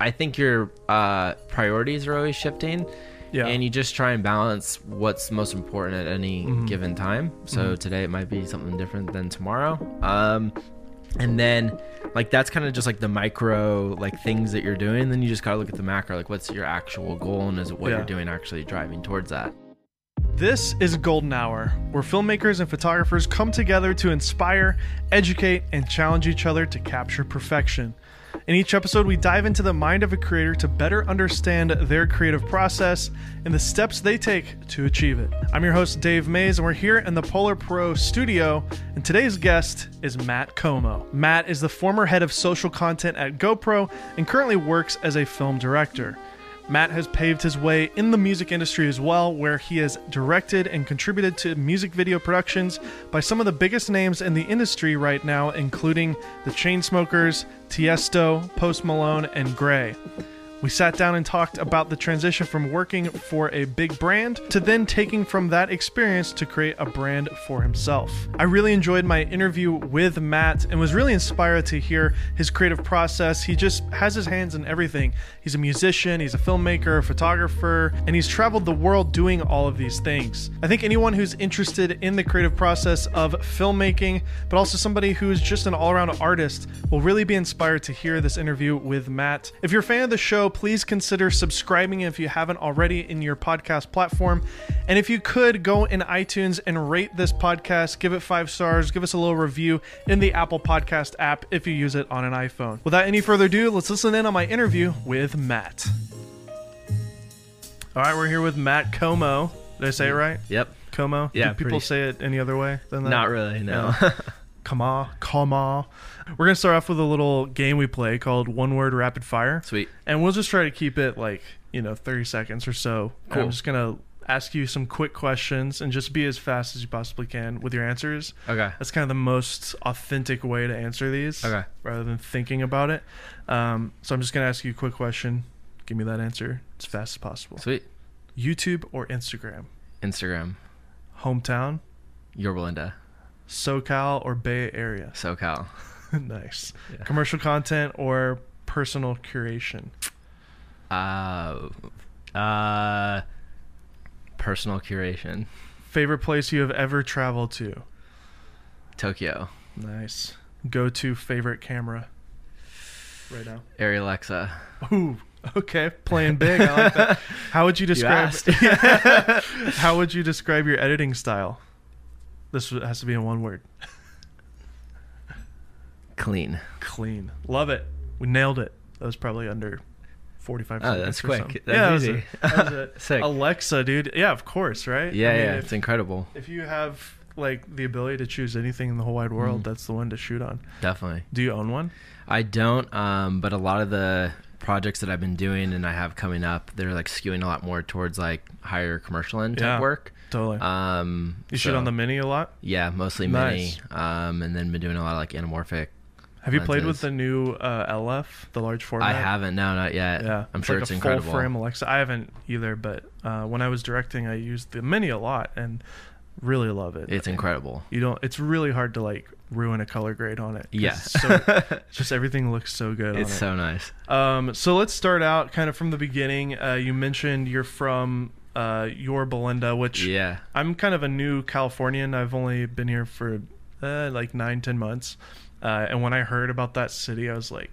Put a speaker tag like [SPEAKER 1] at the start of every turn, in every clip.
[SPEAKER 1] I think your uh, priorities are always shifting.
[SPEAKER 2] Yeah.
[SPEAKER 1] And you just try and balance what's most important at any
[SPEAKER 2] Mm-hmm.
[SPEAKER 1] given time. So today it might be something different than tomorrow. Um, and then like that's kind of just like the micro like things that you're doing. Then you just gotta look at the macro, like what's your actual goal and is what
[SPEAKER 2] Yeah.
[SPEAKER 1] you're doing actually driving towards that.
[SPEAKER 2] This is Golden Hour, where filmmakers and photographers come together to inspire, educate, and challenge each other to capture perfection. In each episode, we dive into the mind of a creator to better understand their creative process and the steps they take to achieve it. I'm your host, Dave Mays, and we're here in the Polar Pro studio. And today's guest is Matt Como. Matt is the former head of social content at GoPro and currently works as a film director. Matt has paved his way in the music industry as well, where he has directed and contributed to music video productions by some of the biggest names in the industry right now, including the Chainsmokers, Tiesto, Post Malone, and Gray. We sat down and talked about the transition from working for a big brand to then taking from that experience to create a brand for himself. I really enjoyed my interview with Matt and was really inspired to hear his creative process. He just has his hands in everything. He's a musician, he's a filmmaker, a photographer, and he's traveled the world doing all of these things. I think anyone who's interested in the creative process of filmmaking, but also somebody who is just an all around artist, will really be inspired to hear this interview with Matt. If you're a fan of the show, please consider subscribing if you haven't already in your podcast platform. And if you could go in iTunes and rate this podcast, give it five stars, give us a little review in the Apple Podcast app if you use it on an iPhone. Without any further ado, let's listen in on my interview with Matt. All right, we're here with Matt Como. Did I say it right?
[SPEAKER 1] Yep.
[SPEAKER 2] Como?
[SPEAKER 1] Yeah,
[SPEAKER 2] Do people
[SPEAKER 1] pretty-
[SPEAKER 2] say it any other way than that?
[SPEAKER 1] Not really, no.
[SPEAKER 2] Kama, Kama. We're gonna start off with a little game we play called One Word Rapid Fire,
[SPEAKER 1] Sweet.
[SPEAKER 2] and we'll just try to keep it like you know thirty seconds or so. And I'm
[SPEAKER 1] Cool.
[SPEAKER 2] just gonna ask you some quick questions and just be as fast as you possibly can with your answers.
[SPEAKER 1] Okay.
[SPEAKER 2] That's kind of the most authentic way to answer these,
[SPEAKER 1] Okay.
[SPEAKER 2] rather than thinking about it. Um, so I'm just gonna ask you a quick question. Give me that answer as fast as possible.
[SPEAKER 1] Sweet.
[SPEAKER 2] YouTube or Instagram?
[SPEAKER 1] Instagram,
[SPEAKER 2] Hometown,
[SPEAKER 1] your Belinda,
[SPEAKER 2] SoCal or Bay Area?
[SPEAKER 1] SoCal.
[SPEAKER 2] nice.
[SPEAKER 1] Yeah.
[SPEAKER 2] Commercial content or personal curation?
[SPEAKER 1] Uh, uh, personal curation,
[SPEAKER 2] Favorite place you have ever traveled to?
[SPEAKER 1] Tokyo,
[SPEAKER 2] Nice. Go to favorite camera right now.
[SPEAKER 1] Air Alexa.
[SPEAKER 2] Ooh, okay. Playing big. I like that. How would you describe
[SPEAKER 1] asked.
[SPEAKER 2] How would you describe your editing style? This has to be in one word.
[SPEAKER 1] Clean.
[SPEAKER 2] Clean. Love it. We nailed it. That was probably under 45
[SPEAKER 1] Oh,
[SPEAKER 2] seconds
[SPEAKER 1] that's
[SPEAKER 2] or
[SPEAKER 1] quick.
[SPEAKER 2] something.
[SPEAKER 1] That's
[SPEAKER 2] yeah, that was
[SPEAKER 1] easy.
[SPEAKER 2] it. That was it.
[SPEAKER 1] Sick.
[SPEAKER 2] Alexa, dude. Yeah, of course, right?
[SPEAKER 1] Yeah,
[SPEAKER 2] I mean,
[SPEAKER 1] yeah,
[SPEAKER 2] if-
[SPEAKER 1] it's incredible.
[SPEAKER 2] If you have like the ability to choose anything in the whole wide world,
[SPEAKER 1] Mhm.
[SPEAKER 2] that's the one to shoot on.
[SPEAKER 1] Definitely.
[SPEAKER 2] Do you own one?
[SPEAKER 1] I don't, um, but a lot of the projects that I've been doing and I have coming up, they're like skewing a lot more towards like higher commercial end type
[SPEAKER 2] Yeah.
[SPEAKER 1] work.
[SPEAKER 2] Totally.
[SPEAKER 1] Um,
[SPEAKER 2] you shoot
[SPEAKER 1] so-
[SPEAKER 2] on the mini a lot.
[SPEAKER 1] Yeah, mostly mini.
[SPEAKER 2] Nice.
[SPEAKER 1] Um, and then been doing a lot of like anamorphic.
[SPEAKER 2] Have you played
[SPEAKER 1] lenses.
[SPEAKER 2] with the new uh, LF, the large format?
[SPEAKER 1] I haven't. No, not yet.
[SPEAKER 2] Yeah,
[SPEAKER 1] I'm sure
[SPEAKER 2] like
[SPEAKER 1] it's
[SPEAKER 2] a
[SPEAKER 1] incredible.
[SPEAKER 2] Full frame Alexa. I haven't either, but uh, when I was directing, I used the mini a lot and really love it.
[SPEAKER 1] It's incredible.
[SPEAKER 2] You don't. It's really hard to like ruin a color grade on it. 'cause
[SPEAKER 1] Yeah.
[SPEAKER 2] it's so, just everything looks so good.
[SPEAKER 1] It's
[SPEAKER 2] on it.
[SPEAKER 1] so nice.
[SPEAKER 2] Um, so let's start out kind of from the beginning. Uh, you mentioned you're from uh, your Belinda, which
[SPEAKER 1] Yeah.
[SPEAKER 2] I'm kind of a new Californian. I've only been here for uh, like nine, ten months. Uh, and when I heard about that city, I was like,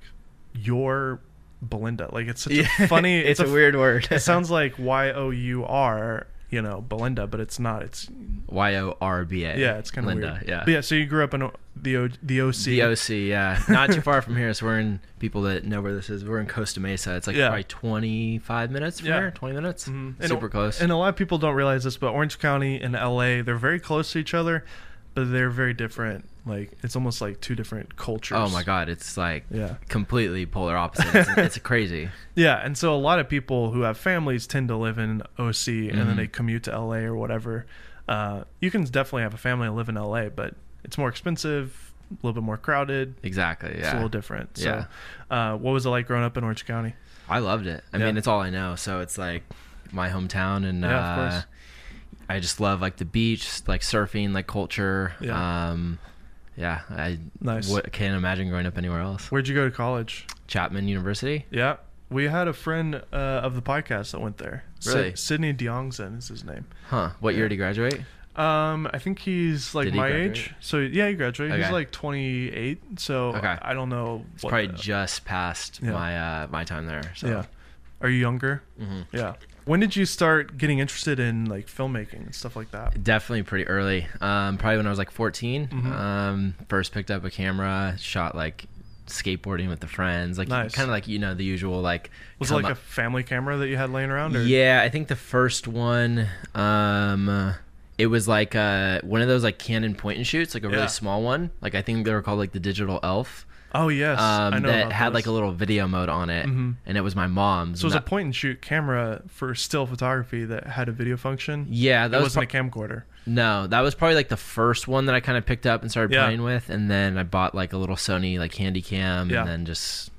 [SPEAKER 2] "Your Belinda." Like it's such a funny.
[SPEAKER 1] it's, a,
[SPEAKER 2] f-
[SPEAKER 1] weird word.
[SPEAKER 2] It sounds like Y O U R, you know, Belinda, but it's not. It's
[SPEAKER 1] Y O R B A.
[SPEAKER 2] yeah, it's kind of
[SPEAKER 1] Linda.
[SPEAKER 2] weird.
[SPEAKER 1] Yeah.
[SPEAKER 2] But yeah. So you grew up in o- the o- the OC.
[SPEAKER 1] The OC, yeah, not too far from here. So we're in people that know where this is. We're in Costa Mesa. It's like
[SPEAKER 2] Yeah.
[SPEAKER 1] probably twenty five minutes from
[SPEAKER 2] Yeah.
[SPEAKER 1] here, twenty minutes,
[SPEAKER 2] Mhm. And-
[SPEAKER 1] super close.
[SPEAKER 2] And a lot of people don't realize this, but Orange County and LA, they're very close to each other, but they're very different. Like it's almost like two different cultures.
[SPEAKER 1] oh my god, it's like
[SPEAKER 2] Yeah.
[SPEAKER 1] completely polar opposite. It's, it's crazy.
[SPEAKER 2] Yeah, and so a lot of people who have families tend to live in OC and then
[SPEAKER 1] Mhm.
[SPEAKER 2] they commute to LA or whatever. Uh, you can definitely have a family and live in LA, but it's more expensive, a little bit more crowded.
[SPEAKER 1] Exactly.
[SPEAKER 2] It's a
[SPEAKER 1] Yeah,
[SPEAKER 2] little different. So, uh, what was it like growing up in Orange County?
[SPEAKER 1] I loved it. I
[SPEAKER 2] Yeah.
[SPEAKER 1] mean, it's all I know. So it's like my hometown, and
[SPEAKER 2] Yeah, of
[SPEAKER 1] uh,
[SPEAKER 2] course.
[SPEAKER 1] I just love like the beach, like surfing, like culture.
[SPEAKER 2] Yeah.
[SPEAKER 1] Um, yeah, I
[SPEAKER 2] Nice.
[SPEAKER 1] what, can't imagine growing up anywhere else.
[SPEAKER 2] Where'd you go to college?
[SPEAKER 1] Chapman University.
[SPEAKER 2] Yeah. We had a friend uh, of the podcast that went there. Sy-
[SPEAKER 1] Really?
[SPEAKER 2] Sydney Deongzen is his name.
[SPEAKER 1] Huh? What year did he graduate?
[SPEAKER 2] Um, I think he's like
[SPEAKER 1] Did he
[SPEAKER 2] my
[SPEAKER 1] graduate?
[SPEAKER 2] age. So yeah, he graduated. He's
[SPEAKER 1] Okay.
[SPEAKER 2] like 28. So
[SPEAKER 1] Okay.
[SPEAKER 2] I don't know.
[SPEAKER 1] It's probably just past
[SPEAKER 2] Yeah.
[SPEAKER 1] my uh, my time there. So.
[SPEAKER 2] yeah. Are you younger?
[SPEAKER 1] Mhm.
[SPEAKER 2] Yeah. When did you start getting interested in like filmmaking and stuff like that?
[SPEAKER 1] Definitely pretty early. Um, probably when I was like 14.
[SPEAKER 2] Mhm.
[SPEAKER 1] Um, first picked up a camera, shot like skateboarding with the friends, like
[SPEAKER 2] Nice.
[SPEAKER 1] kind of like you know the usual like.
[SPEAKER 2] Was it
[SPEAKER 1] come
[SPEAKER 2] like a family camera that you had laying around? Or?
[SPEAKER 1] Yeah, I think the first one, um, it was like uh, one of those like Canon point and shoots, like a
[SPEAKER 2] Yeah.
[SPEAKER 1] really small one. Like I think they were called like the Digital Elf.
[SPEAKER 2] Oh yes,
[SPEAKER 1] Um,
[SPEAKER 2] I know
[SPEAKER 1] that
[SPEAKER 2] about
[SPEAKER 1] had
[SPEAKER 2] this.
[SPEAKER 1] like a little video mode on it,
[SPEAKER 2] Mhm.
[SPEAKER 1] and it was my mom's.
[SPEAKER 2] So it was
[SPEAKER 1] and
[SPEAKER 2] a point and shoot camera for still photography that had a video function.
[SPEAKER 1] that- yeah,
[SPEAKER 2] it
[SPEAKER 1] that was
[SPEAKER 2] wasn't a camcorder.
[SPEAKER 1] No, that was probably like the first one that I kind of picked up and started
[SPEAKER 2] Yeah.
[SPEAKER 1] playing with, and then I bought like a little Sony like handy cam,
[SPEAKER 2] Yeah.
[SPEAKER 1] and then just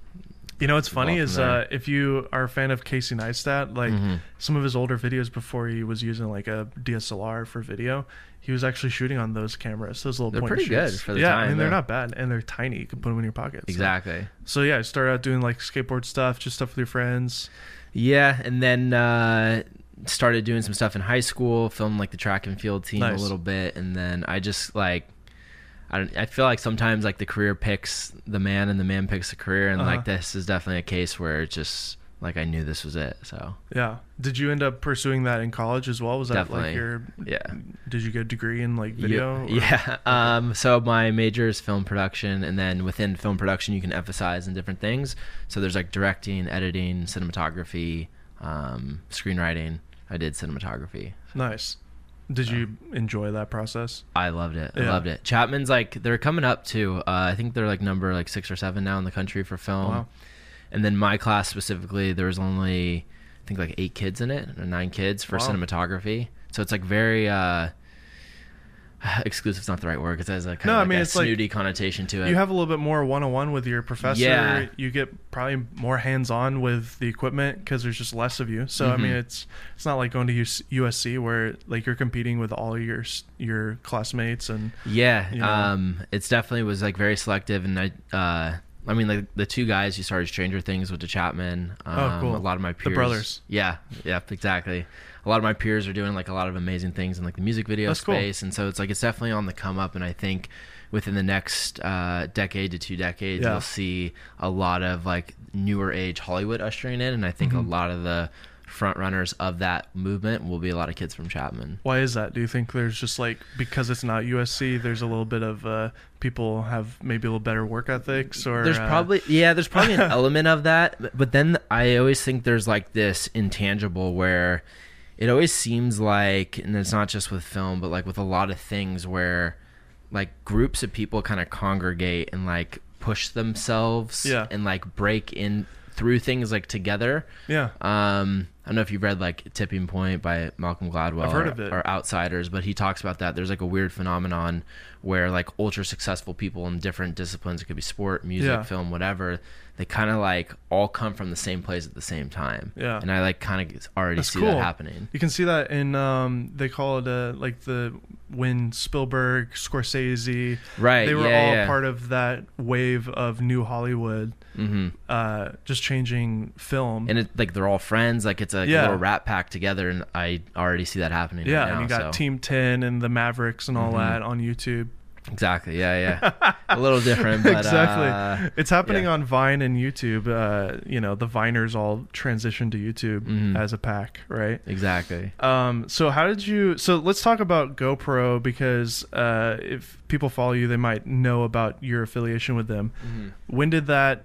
[SPEAKER 2] You know what's funny
[SPEAKER 1] Well,
[SPEAKER 2] is
[SPEAKER 1] from there.
[SPEAKER 2] uh, if you are a fan of Casey Neistat, like
[SPEAKER 1] Mhm.
[SPEAKER 2] some of his older videos before he was using like a DSLR for video, he was actually shooting on those cameras. Those little
[SPEAKER 1] They're
[SPEAKER 2] point and
[SPEAKER 1] pretty good
[SPEAKER 2] shoots.
[SPEAKER 1] for the
[SPEAKER 2] yeah, I
[SPEAKER 1] time,
[SPEAKER 2] mean they're
[SPEAKER 1] yeah.
[SPEAKER 2] not bad and they're tiny. You can put them in your pocket. so-
[SPEAKER 1] exactly
[SPEAKER 2] So, yeah, I started out doing like skateboard stuff, just stuff with your friends.
[SPEAKER 1] yeah, and then uh, started doing some stuff in high school, filmed like the track and field team
[SPEAKER 2] Nice.
[SPEAKER 1] a little bit, and then I just like I don't I feel like sometimes like the career picks the man and the man picks the career, and
[SPEAKER 2] Uh-huh.
[SPEAKER 1] like this is definitely a case where it's just like I knew this was it, so
[SPEAKER 2] Yeah. Did you end up pursuing that in college as well? Was that
[SPEAKER 1] Definitely.
[SPEAKER 2] like your?
[SPEAKER 1] yeah.
[SPEAKER 2] Did you get a degree in like video? or-
[SPEAKER 1] Yeah. yeah. Um, so my major is film production, and then within film production, you can emphasize in different things. So there's like directing, editing, cinematography, um, screenwriting. I did cinematography.
[SPEAKER 2] Nice. Did you enjoy that process?
[SPEAKER 1] I loved it. I
[SPEAKER 2] Yeah.
[SPEAKER 1] loved it. Chapman's like they're coming up too. Uh, I think they're like number like six or seven now in the country for film.
[SPEAKER 2] Wow.
[SPEAKER 1] And then my class specifically, there was only I think like eight kids in it or nine kids for
[SPEAKER 2] Wow.
[SPEAKER 1] cinematography. So it's like very uh, exclusive's not the right word because it has a kind
[SPEAKER 2] No,
[SPEAKER 1] of
[SPEAKER 2] I
[SPEAKER 1] like
[SPEAKER 2] mean,
[SPEAKER 1] a
[SPEAKER 2] it's like-
[SPEAKER 1] snooty connotation to it.
[SPEAKER 2] You have a little bit more one-on-one with your professor.
[SPEAKER 1] Yeah.
[SPEAKER 2] You get probably more hands-on with the equipment because there's just less of you. So I mean,
[SPEAKER 1] Mhm.
[SPEAKER 2] it's it's not like going to US- USC where like you're competing with all your s- your classmates and
[SPEAKER 1] Yeah,
[SPEAKER 2] you know?
[SPEAKER 1] um, it's definitely was like very selective, and I, uh, I mean, like the two guys who started Stranger Things with the Chapman. Um,
[SPEAKER 2] Oh,
[SPEAKER 1] A
[SPEAKER 2] cool.
[SPEAKER 1] lot of my peers,
[SPEAKER 2] brothers.
[SPEAKER 1] Yeah, yeah, exactly. A lot of my peers are doing like a lot of amazing things in like the music video
[SPEAKER 2] That's cool.
[SPEAKER 1] space, and so it's like it's definitely on the come up, and I think within the next uh, decade to two decades,
[SPEAKER 2] Yeah.
[SPEAKER 1] you'll see a lot of like newer age Hollywood ushering in, and I think
[SPEAKER 2] Mhm.
[SPEAKER 1] a lot of the front runners of that movement will be a lot of kids from Chapman.
[SPEAKER 2] why is that? Do you think there's just like because it's not USC, there's a little bit of uh, people have maybe a little better work ethics or
[SPEAKER 1] there's
[SPEAKER 2] uh,
[SPEAKER 1] probably yeah there's probably an element of that but- but then i always think there's like this intangible where it always seems like and it's not just with film but like with a lot of things where like groups of people kind of congregate and like push themselves
[SPEAKER 2] Yeah.
[SPEAKER 1] and like break in through things like together
[SPEAKER 2] yeah.
[SPEAKER 1] um, I don't know if you've read like Tipping Point by Malcolm Gladwell
[SPEAKER 2] I've heard
[SPEAKER 1] or,
[SPEAKER 2] of it.
[SPEAKER 1] or Outsiders, but he talks about that. There's like a weird phenomenon where like ultra successful people in different disciplines, it could be sport, music,
[SPEAKER 2] Yeah.
[SPEAKER 1] film, whatever, they kind of like all come from the same place at the same time.
[SPEAKER 2] Yeah.
[SPEAKER 1] And I like kind of already
[SPEAKER 2] That's
[SPEAKER 1] see
[SPEAKER 2] cool.
[SPEAKER 1] that happening.
[SPEAKER 2] You can see that in um, they call it uh, like the when Spielberg, Scorsese,
[SPEAKER 1] Right.
[SPEAKER 2] they were
[SPEAKER 1] yeah,
[SPEAKER 2] all
[SPEAKER 1] yeah.
[SPEAKER 2] part of that wave of new Hollywood,
[SPEAKER 1] hmm
[SPEAKER 2] uh, just changing film.
[SPEAKER 1] And it, like they're all friends, like it's like a
[SPEAKER 2] Yeah.
[SPEAKER 1] little rat pack together, and I already see that happening.
[SPEAKER 2] yeah,
[SPEAKER 1] right now,
[SPEAKER 2] and you got
[SPEAKER 1] so.
[SPEAKER 2] Team Ten and the Mavericks and all
[SPEAKER 1] Mhm.
[SPEAKER 2] that on YouTube.
[SPEAKER 1] exactly, yeah, yeah, a little different, but
[SPEAKER 2] exactly,
[SPEAKER 1] uh,
[SPEAKER 2] it's happening
[SPEAKER 1] yeah.
[SPEAKER 2] on Vine and YouTube. Uh, you know, the Viners all transitioned to YouTube
[SPEAKER 1] Mhm.
[SPEAKER 2] as a pack, right?
[SPEAKER 1] exactly.
[SPEAKER 2] Um, so how did you? So let's talk about GoPro because uh, if people follow you, they might know about your affiliation with them.
[SPEAKER 1] Mm-hmm.
[SPEAKER 2] When did that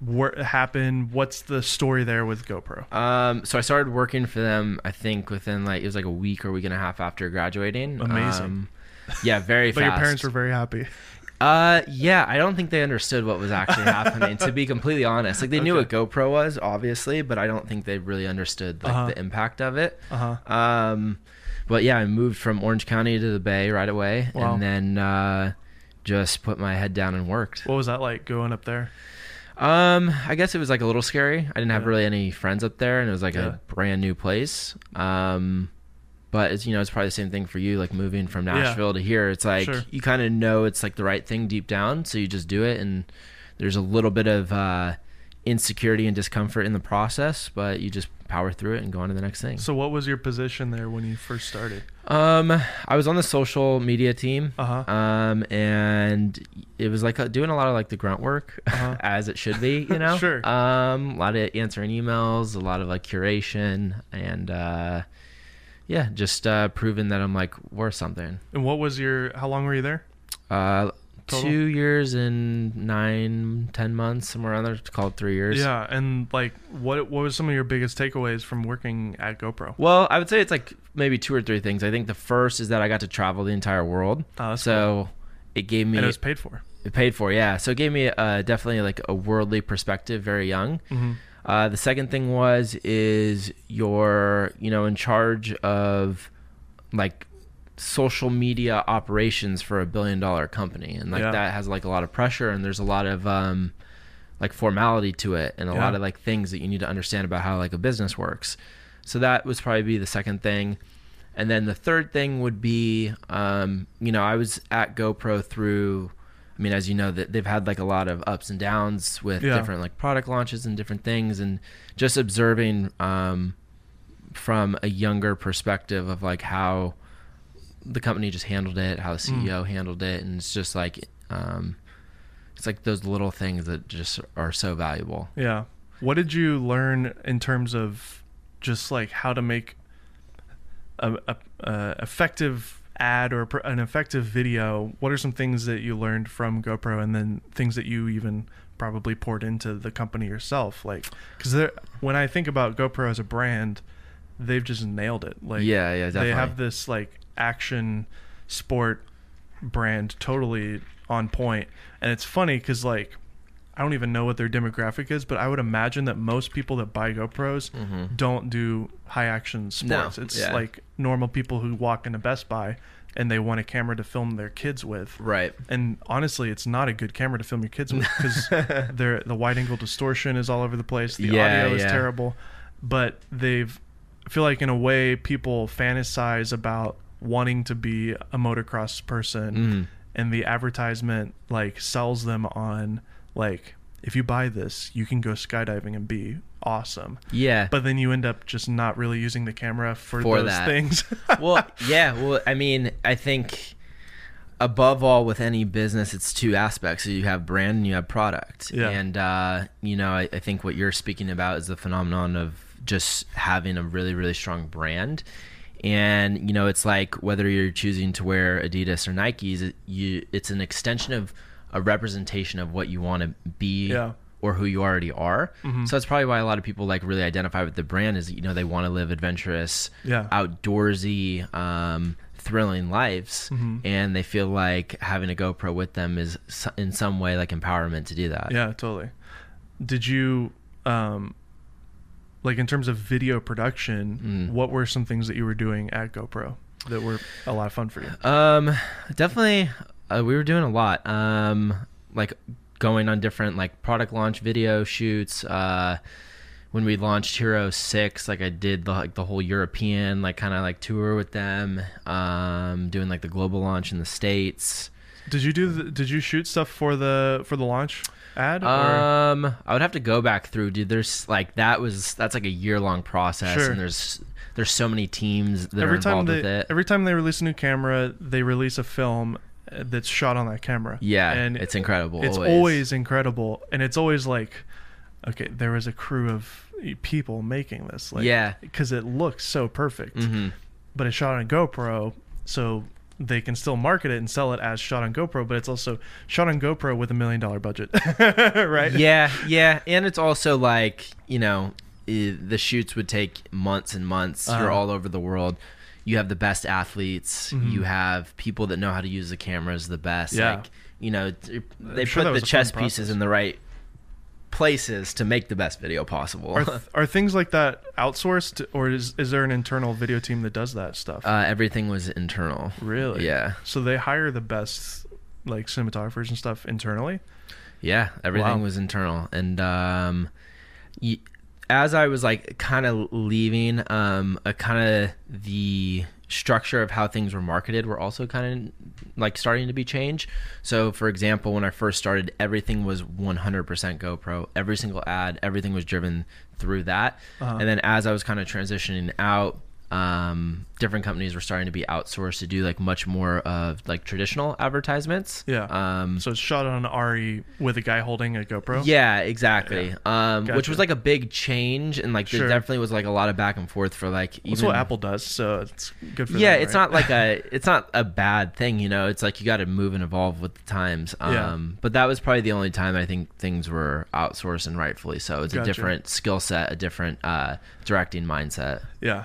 [SPEAKER 2] wor- happen? What's the story there with GoPro?
[SPEAKER 1] Um, so I started working for them. I think within like it was like a week or week and a half after graduating.
[SPEAKER 2] Amazing.
[SPEAKER 1] Um, yeah, very
[SPEAKER 2] But
[SPEAKER 1] fast.
[SPEAKER 2] your parents were very happy.
[SPEAKER 1] Uh, yeah, I don't think they understood what was actually happening. To be completely honest, like they knew what
[SPEAKER 2] Okay.
[SPEAKER 1] GoPro was, obviously, but I don't think they really understood like
[SPEAKER 2] Uh-huh.
[SPEAKER 1] the impact of it.
[SPEAKER 2] Uh huh.
[SPEAKER 1] Um, but yeah, I moved from Orange County to the Bay right away,
[SPEAKER 2] Wow.
[SPEAKER 1] and then uh, just put my head down and worked.
[SPEAKER 2] What was that like going up there?
[SPEAKER 1] Um, I guess it was like a little scary. I didn't have
[SPEAKER 2] Yeah.
[SPEAKER 1] really any friends up there, and it was like
[SPEAKER 2] Yeah.
[SPEAKER 1] a brand new place. Um, but it's you know it's probably the same thing for you, like moving from
[SPEAKER 2] Yeah.
[SPEAKER 1] Nashville to here. It's like
[SPEAKER 2] Sure.
[SPEAKER 1] you kind of know it's like the right thing deep down, so you just do it. And there's a little bit of uh, insecurity and discomfort in the process, but you just power through it and go on to the next thing.
[SPEAKER 2] So, what was your position there when you first started?
[SPEAKER 1] Um, I was on the social media team,
[SPEAKER 2] Uh huh.
[SPEAKER 1] um, and it was like uh, doing a lot of like the grunt work,
[SPEAKER 2] Uh-huh.
[SPEAKER 1] as it should be, you know.
[SPEAKER 2] Sure.
[SPEAKER 1] Um, a lot of answering emails, a lot of like curation, and uh, yeah, just uh, proving that I'm like worth something.
[SPEAKER 2] And what was your? How long were you there?
[SPEAKER 1] Uh,
[SPEAKER 2] Total?
[SPEAKER 1] two years and nine, ten months, somewhere around there. It's called three years.
[SPEAKER 2] Yeah, and like, what what was some of your biggest takeaways from working at GoPro?
[SPEAKER 1] Well, I would say it's like maybe two or three things. I think the first is that I got to travel the entire world.
[SPEAKER 2] Oh, that's
[SPEAKER 1] so it gave me
[SPEAKER 2] And it was paid for.
[SPEAKER 1] it paid for, yeah. So it gave me uh, definitely like a worldly perspective very young.
[SPEAKER 2] Mhm.
[SPEAKER 1] Uh, the second thing was is you're you know in charge of like social media operations for a billion dollar company and like
[SPEAKER 2] Yeah.
[SPEAKER 1] that has like a lot of pressure and there's a lot of um like formality to it and a lot
[SPEAKER 2] Yeah.
[SPEAKER 1] of like things that you need to understand about how like a business works so that was probably be the second thing and then the third thing would be um you know i was at gopro through i mean as you know that they've had like a lot of ups and downs with
[SPEAKER 2] Yeah.
[SPEAKER 1] different like product launches and different things and just observing um from a younger perspective of like how the company just handled it, how the CEO handled it, and it's just like um, it's like those little things that just are so valuable.
[SPEAKER 2] Yeah. What did you learn in terms of just like how to make a, a, a effective ad or pr- an effective video? What are some things that you learned from GoPro, and then things that you even probably poured into the company yourself? Like, because when I think about GoPro as a brand, they've just nailed it. Like,
[SPEAKER 1] yeah, yeah, definitely.
[SPEAKER 2] they have this like action sport brand totally on point and it's funny because like i don't even know what their demographic is but i would imagine that most people that buy gopro's
[SPEAKER 1] Mhm.
[SPEAKER 2] don't do high action
[SPEAKER 1] No,
[SPEAKER 2] sports it's
[SPEAKER 1] yeah.
[SPEAKER 2] like normal people who walk into best buy and they want a camera to film their kids with
[SPEAKER 1] right.
[SPEAKER 2] and honestly it's not a good camera to film your kids with because the wide angle distortion is all over the place the
[SPEAKER 1] Yeah,
[SPEAKER 2] audio is
[SPEAKER 1] yeah.
[SPEAKER 2] terrible but they've I feel like in a way people fantasize about wanting to be a motocross person
[SPEAKER 1] Mm.
[SPEAKER 2] and the advertisement like sells them on like if you buy this you can go skydiving and be awesome
[SPEAKER 1] Yeah.
[SPEAKER 2] but then you end up just not really using the camera for,
[SPEAKER 1] For
[SPEAKER 2] those
[SPEAKER 1] that.
[SPEAKER 2] things
[SPEAKER 1] well, yeah. Well, I mean, I think above all with any business, it's two aspects. So you have brand and you have product.
[SPEAKER 2] Yeah.
[SPEAKER 1] And, uh, you know, I, I think what you're speaking about is the phenomenon of just having a really, really strong brand. And, you know, it's like whether you're choosing to wear Adidas or Nikes, it, you, it's an extension of a representation of what you want to be
[SPEAKER 2] Yeah. Mm-hmm.
[SPEAKER 1] or who you already are. So that's probably why a lot of people like really identify with the brand is, you know, they want to live adventurous,
[SPEAKER 2] Yeah.
[SPEAKER 1] outdoorsy, um, thrilling lives, and they feel like having a GoPro with them is s- in some way like empowerment to do that.
[SPEAKER 2] Yeah, totally. Did you um like in terms of video production,
[SPEAKER 1] Mm.
[SPEAKER 2] what were some things that you were doing at GoPro that were a lot of fun for you?
[SPEAKER 1] Um, definitely, uh, we were doing a lot. Um, like going on different like product launch video shoots. Uh, when we launched Hero Six, like I did the, like the whole European like kind of like tour with them. Um, doing like the global launch in the states.
[SPEAKER 2] Did you do the, did you shoot stuff for the for the launch ad or
[SPEAKER 1] Um, I would have to go back through, dude. There's like that was that's like a year long process,
[SPEAKER 2] Sure.
[SPEAKER 1] and there's there's so many teams that are
[SPEAKER 2] every time
[SPEAKER 1] involved
[SPEAKER 2] they
[SPEAKER 1] with it.
[SPEAKER 2] every time they release a new camera, they release a film uh, that's shot on that camera.
[SPEAKER 1] yeah,
[SPEAKER 2] and
[SPEAKER 1] it's incredible.
[SPEAKER 2] it's always. incredible and it's always like okay, there was a crew of e, people making this like
[SPEAKER 1] Yeah.
[SPEAKER 2] cuz it looks so perfect.
[SPEAKER 1] Mhm.
[SPEAKER 2] but it's shot on GoPro, so they can still market it and sell it as shot on GoPro, but it's also shot on GoPro with a million dollar budget, right?
[SPEAKER 1] yeah, yeah, and it's also like you know i- the shoots would take months and months. You're
[SPEAKER 2] Uh-huh. Mm-hmm.
[SPEAKER 1] all over the world. You have the best athletes. You have people that know how to use the cameras the best.
[SPEAKER 2] Yeah.
[SPEAKER 1] Like you know, t- they
[SPEAKER 2] sure that
[SPEAKER 1] put the
[SPEAKER 2] was a fun
[SPEAKER 1] chess
[SPEAKER 2] process.
[SPEAKER 1] pieces in the right places to make the best video possible.
[SPEAKER 2] Are, th- are things like that outsourced, or is is there an internal video team that does that stuff?
[SPEAKER 1] Uh, everything was internal.
[SPEAKER 2] really?
[SPEAKER 1] Yeah.
[SPEAKER 2] So they hire the best like cinematographers and stuff internally.
[SPEAKER 1] Yeah. Everything
[SPEAKER 2] Wow.
[SPEAKER 1] was internal. And um, y- as I was like kind of leaving, um, uh, kind of the structure of how things were marketed were also kind of like starting to be changed. So, for example, when I first started, everything was 100% GoPro. Every single ad, everything was driven through that.
[SPEAKER 2] Uh-huh.
[SPEAKER 1] And then as I was kind of transitioning out, um, different companies were starting to be outsourced to do like much more of like traditional advertisements.
[SPEAKER 2] Yeah.
[SPEAKER 1] Um,
[SPEAKER 2] So it's shot on RE with a guy holding a GoPro.
[SPEAKER 1] yeah, exactly. Um, which
[SPEAKER 2] Gotcha.
[SPEAKER 1] was like a big change, and like
[SPEAKER 2] Sure.
[SPEAKER 1] there definitely was like a lot of back and forth for like even.
[SPEAKER 2] that's what Apple does. So it's good for
[SPEAKER 1] yeah,
[SPEAKER 2] them,
[SPEAKER 1] it's
[SPEAKER 2] right?
[SPEAKER 1] not like a it's not a bad thing, you know. It's like you got to move and evolve with the times. Um,
[SPEAKER 2] Yeah.
[SPEAKER 1] But that was probably the only time I think things were outsourced and rightfully so. It's
[SPEAKER 2] Gotcha.
[SPEAKER 1] a different skill set, a different uh, directing mindset.
[SPEAKER 2] Yeah.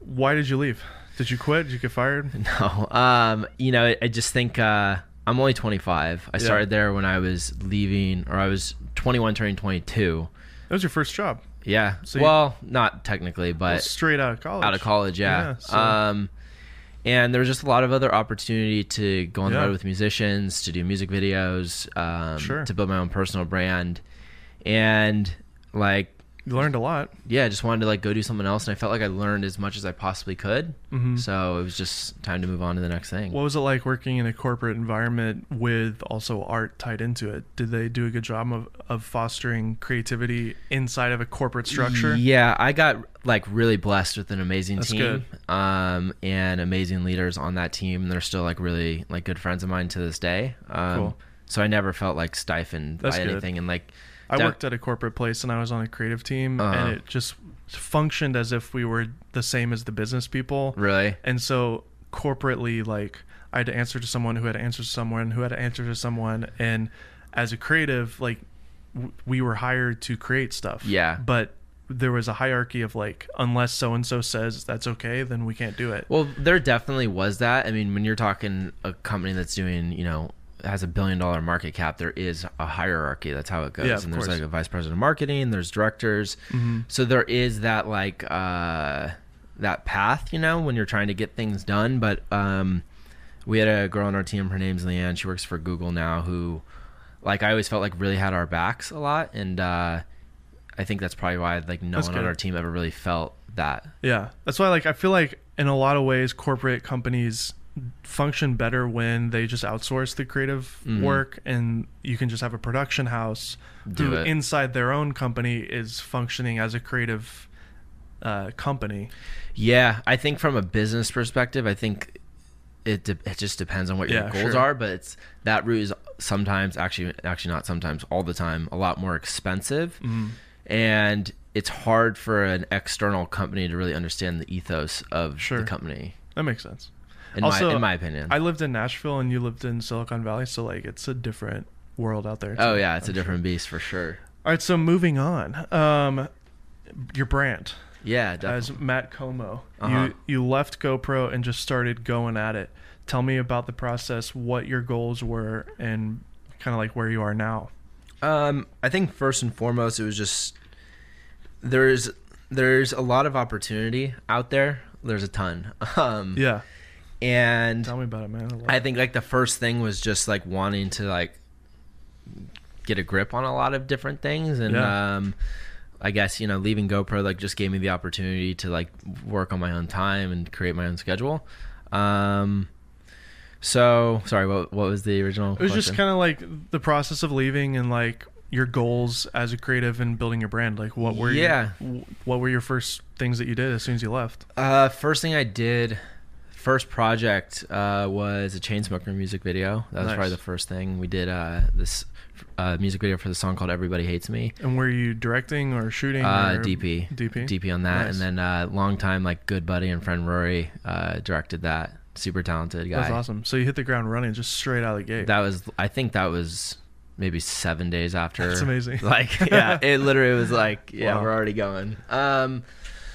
[SPEAKER 2] Why did you leave? Did you quit? Did you get fired?
[SPEAKER 1] No, um, you know, I just think uh, I'm only 25. I
[SPEAKER 2] Yeah.
[SPEAKER 1] started there when I was leaving, or I was 21, turning 22.
[SPEAKER 2] That was your first job.
[SPEAKER 1] Yeah.
[SPEAKER 2] So you-
[SPEAKER 1] well, not technically, but
[SPEAKER 2] straight out of college.
[SPEAKER 1] out of college, yeah.
[SPEAKER 2] Yeah, so-
[SPEAKER 1] Um, and there was just a lot of other opportunity to go on
[SPEAKER 2] Yeah.
[SPEAKER 1] the road with musicians, to do music videos, um,
[SPEAKER 2] Sure.
[SPEAKER 1] to build my own personal brand, and like
[SPEAKER 2] You learned a lot.
[SPEAKER 1] yeah, I just wanted to like go do something else, and I felt like I learned as much as I possibly could.
[SPEAKER 2] Mhm.
[SPEAKER 1] So it was just time to move on to the next thing.
[SPEAKER 2] What was it like working in a corporate environment with also art tied into it? Did they do a good job of, of fostering creativity inside of a corporate structure?
[SPEAKER 1] Yeah, I got like really blessed with an amazing
[SPEAKER 2] That's
[SPEAKER 1] team, um, and amazing leaders on that team. And they're still like really like good friends of mine to this day. Um,
[SPEAKER 2] Cool.
[SPEAKER 1] So I never felt like stifled
[SPEAKER 2] That's
[SPEAKER 1] by
[SPEAKER 2] good.
[SPEAKER 1] anything, and like
[SPEAKER 2] I
[SPEAKER 1] that-
[SPEAKER 2] worked at a corporate place and I was on a creative team,
[SPEAKER 1] Uh-huh.
[SPEAKER 2] and it just functioned as if we were the same as the business people.
[SPEAKER 1] really.
[SPEAKER 2] And so corporately, like I had to answer to someone who had to answer to someone who had to answer to someone, and as a creative, like w- we were hired to create stuff.
[SPEAKER 1] Yeah.
[SPEAKER 2] But there was a hierarchy of like, unless so and so says that's okay, then we can't do it.
[SPEAKER 1] Well, there definitely was that. I mean, when you're talking a company that's doing, you know, has a billion dollar market cap, there is a hierarchy. That's how it goes.
[SPEAKER 2] Yeah, of
[SPEAKER 1] and there's
[SPEAKER 2] course. Mm-hmm.
[SPEAKER 1] like a vice president of marketing, there's directors. So there is that like uh that path, you know, when you're trying to get things done, but um we had a girl on our team, her name's Leanne. She works for Google now who like I always felt like really had our backs a lot and uh I think that's probably why like no
[SPEAKER 2] That's
[SPEAKER 1] one
[SPEAKER 2] good.
[SPEAKER 1] on our team ever really felt that.
[SPEAKER 2] Yeah. That's why, like, I feel like in a lot of ways, corporate companies function better when they just outsource the creative
[SPEAKER 1] Mhm.
[SPEAKER 2] work and you can just have a production house
[SPEAKER 1] Do
[SPEAKER 2] who
[SPEAKER 1] it.
[SPEAKER 2] inside their own company is functioning as a creative uh, company.
[SPEAKER 1] Yeah, I think from a business perspective, I think it de- it just depends on what your
[SPEAKER 2] Yeah,
[SPEAKER 1] goals
[SPEAKER 2] sure.
[SPEAKER 1] are, but it's that route is sometimes actually actually not sometimes all the time a lot more expensive, and it's hard for an external company to really understand the ethos of
[SPEAKER 2] Sure.
[SPEAKER 1] the company.
[SPEAKER 2] That makes sense.
[SPEAKER 1] In
[SPEAKER 2] Also,
[SPEAKER 1] my in my opinion,
[SPEAKER 2] I lived in Nashville and you lived in Silicon Valley, so like it's a different world out there.
[SPEAKER 1] oh
[SPEAKER 2] too,
[SPEAKER 1] yeah, it's
[SPEAKER 2] I'm
[SPEAKER 1] a different beast for sure.
[SPEAKER 2] sure. All right, so moving on. Um, your brand
[SPEAKER 1] Yeah, definitely.
[SPEAKER 2] as Matt Como.
[SPEAKER 1] Uh-huh.
[SPEAKER 2] You you left GoPro and just started going at it. Tell me about the process, what your goals were, and kind of like where you are now.
[SPEAKER 1] Um, I think first and foremost, it was just there's there's a lot of opportunity out there. There's a ton. Um,
[SPEAKER 2] Yeah,
[SPEAKER 1] and
[SPEAKER 2] tell me about it, man. love
[SPEAKER 1] I
[SPEAKER 2] it.
[SPEAKER 1] think like the first thing was just like wanting to like get a grip on a lot of different things and
[SPEAKER 2] Yeah.
[SPEAKER 1] um I guess you know leaving GoPro like just gave me the opportunity to like work on my own time and create my own schedule. Um so sorry what what was the original
[SPEAKER 2] It was just
[SPEAKER 1] question?
[SPEAKER 2] kind of like the process of leaving and like your goals as a creative and building your brand. Like what were
[SPEAKER 1] Yeah.
[SPEAKER 2] your, what were your first things that you did as soon as you left?
[SPEAKER 1] uh first thing I did first project uh was a Chainsmoker music video. That was
[SPEAKER 2] Nice.
[SPEAKER 1] probably the first thing we did uh this uh music video for the song called Everybody Hates Me.
[SPEAKER 2] And were you directing or shooting?
[SPEAKER 1] Uh,
[SPEAKER 2] or
[SPEAKER 1] DP,
[SPEAKER 2] DP.
[SPEAKER 1] DP on that,
[SPEAKER 2] Nice.
[SPEAKER 1] and then uh, long time like good buddy and friend Rory uh, directed that. Super talented guy.
[SPEAKER 2] That's awesome. So you hit the ground running just straight out of the gate.
[SPEAKER 1] That was, I think that was maybe seven days after.
[SPEAKER 2] That's amazing.
[SPEAKER 1] Like, yeah, it literally was like, yeah,
[SPEAKER 2] Wow.
[SPEAKER 1] we're already going. Um,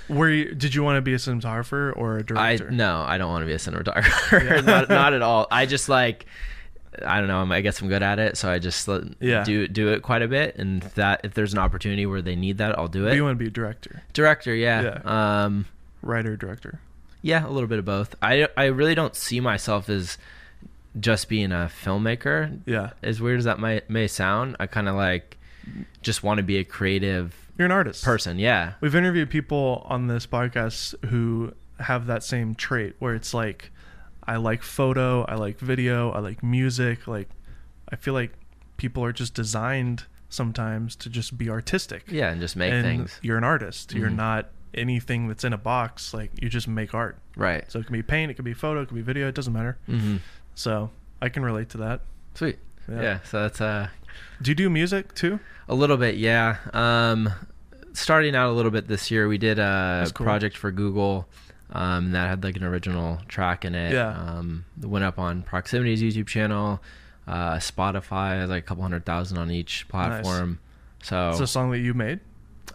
[SPEAKER 2] were you? Did you want to be a cinematographer or a
[SPEAKER 1] I
[SPEAKER 2] director?
[SPEAKER 1] no, I don't want to be a cinematographer.
[SPEAKER 2] Yeah.
[SPEAKER 1] not, not at all. I just like, I don't know. I'm- I guess I'm good at it, so I just let-
[SPEAKER 2] Yeah.
[SPEAKER 1] do do it quite a bit. And if that if there's an opportunity where they need that, I'll do
[SPEAKER 2] But
[SPEAKER 1] it.
[SPEAKER 2] you want to be a director,
[SPEAKER 1] Director, yeah. Um,
[SPEAKER 2] writer, director.
[SPEAKER 1] Yeah, a little bit of both. I I really don't see myself as just being a filmmaker.
[SPEAKER 2] Yeah,
[SPEAKER 1] As weird as that might may sound, I kind of like just want to be a creative
[SPEAKER 2] you're an artist.
[SPEAKER 1] person. Yeah.
[SPEAKER 2] We've interviewed people on this podcast who have that same trait where it's like I like photo, I like video, I like music, like I feel like people are just designed sometimes to just be artistic.
[SPEAKER 1] Yeah, and just make
[SPEAKER 2] and
[SPEAKER 1] things.
[SPEAKER 2] You're an artist. You're
[SPEAKER 1] Mhm.
[SPEAKER 2] not anything that's in a box. Like you just make art.
[SPEAKER 1] Right.
[SPEAKER 2] So it can be paint, it can be photo, it can be video, it doesn't matter.
[SPEAKER 1] Mm-hmm.
[SPEAKER 2] So I can relate to that.
[SPEAKER 1] Sweet. Yeah. So that's uh,
[SPEAKER 2] Do you do music too?
[SPEAKER 1] a little bit. Yeah. Um, starting out a little bit this year, we did a
[SPEAKER 2] That's cool.
[SPEAKER 1] project for Google. Um, that had like an original track in it.
[SPEAKER 2] Yeah.
[SPEAKER 1] Um, it went up on Proximity's YouTube channel, uh, Spotify has like a couple hundred thousand on each platform.
[SPEAKER 2] It's
[SPEAKER 1] So,
[SPEAKER 2] a song that you made.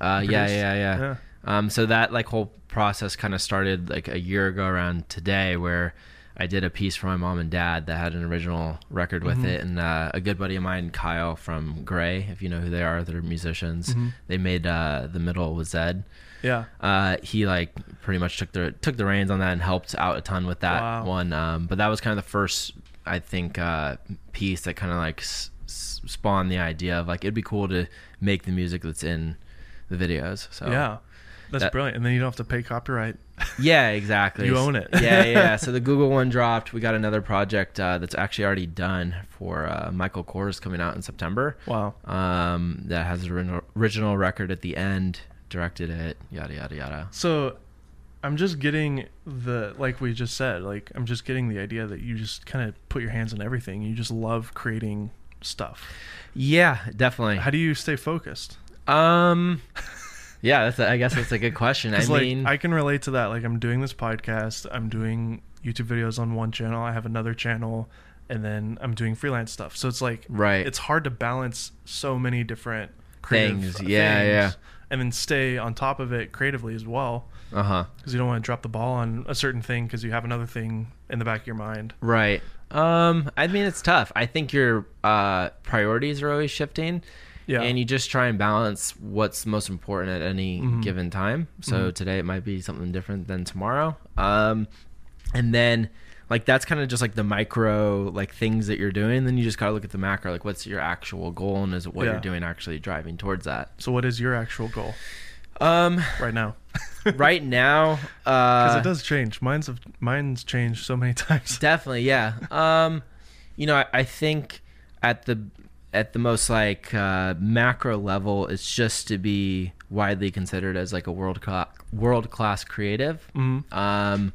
[SPEAKER 1] uh, yeah,
[SPEAKER 2] produced?
[SPEAKER 1] yeah, yeah.
[SPEAKER 2] Yeah.
[SPEAKER 1] Um, so that like whole process kind of started like a year ago around today, where I did a piece for my mom and dad that had an original record with
[SPEAKER 2] Mhm.
[SPEAKER 1] it, and uh, a good buddy of mine, Kyle from Gray, if you know who they are, they're musicians.
[SPEAKER 2] Mhm.
[SPEAKER 1] They made uh, the middle with Zed.
[SPEAKER 2] Yeah.
[SPEAKER 1] Uh, he like pretty much took the took the reins on that and helped out a ton with that
[SPEAKER 2] Wow.
[SPEAKER 1] one. Um, but that was kind of the first, I think, uh, piece that kind of like s- s- spawned the idea of like it'd be cool to make the music that's in the videos. So
[SPEAKER 2] yeah. That's
[SPEAKER 1] that-
[SPEAKER 2] brilliant. And then you don't have to pay copyright.
[SPEAKER 1] yeah, exactly.
[SPEAKER 2] You own it.
[SPEAKER 1] yeah, yeah, yeah. So the Google one dropped. We got another project uh, that's actually already done for uh, Michael Kors coming out in September.
[SPEAKER 2] Wow.
[SPEAKER 1] Um, that has an original, original record at the end, directed it, yada yada yada.
[SPEAKER 2] So I'm just getting the like we just said, like I'm just getting the idea that you just kind of put your hands on everything. You just love creating stuff.
[SPEAKER 1] Yeah, definitely.
[SPEAKER 2] How do you stay focused?
[SPEAKER 1] Um, yeah, that's. A, I guess that's a good question. I
[SPEAKER 2] 'Cause, like,
[SPEAKER 1] mean,
[SPEAKER 2] I can relate to that. Like I'm doing this podcast, I'm doing YouTube videos on one channel, I have another channel, and then I'm doing freelance stuff. So it's like
[SPEAKER 1] right?
[SPEAKER 2] it's hard to balance so many different creative
[SPEAKER 1] Things, yeah, yeah.
[SPEAKER 2] and then stay on top of it creatively as well.
[SPEAKER 1] Uh huh.
[SPEAKER 2] because you don't want to drop the ball on a certain thing because you have another thing in the back of your mind.
[SPEAKER 1] Right. Um, I mean, it's tough. I think your uh, priorities are always shifting.
[SPEAKER 2] Yeah.
[SPEAKER 1] And you just try and balance what's most important at any
[SPEAKER 2] Mhm.
[SPEAKER 1] given time. So
[SPEAKER 2] Mhm.
[SPEAKER 1] today it might be something different than tomorrow. Um, and then like that's kind of just like the micro like things that you're doing. Then you just gotta look at the macro. Like what's your actual goal and is what
[SPEAKER 2] Yeah.
[SPEAKER 1] you're doing actually driving towards that.
[SPEAKER 2] So, what is your actual goal
[SPEAKER 1] Um,
[SPEAKER 2] right now?
[SPEAKER 1] right now,
[SPEAKER 2] Because
[SPEAKER 1] uh,
[SPEAKER 2] it does change. Mine's have, mine's changed so many times.
[SPEAKER 1] definitely yeah um you know I, I think at the at the most like uh macro level it's just to be widely considered as like a world class world class creative
[SPEAKER 2] Mm-hmm.
[SPEAKER 1] um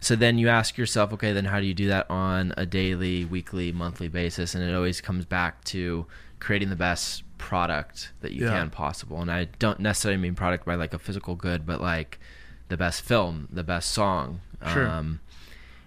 [SPEAKER 1] so then you ask yourself okay then how do you do that on a daily weekly monthly basis and it always comes back to creating the best product that you
[SPEAKER 2] Yeah.
[SPEAKER 1] can possible and i don't necessarily mean product by like a physical good but like the best film the best song
[SPEAKER 2] Sure.
[SPEAKER 1] um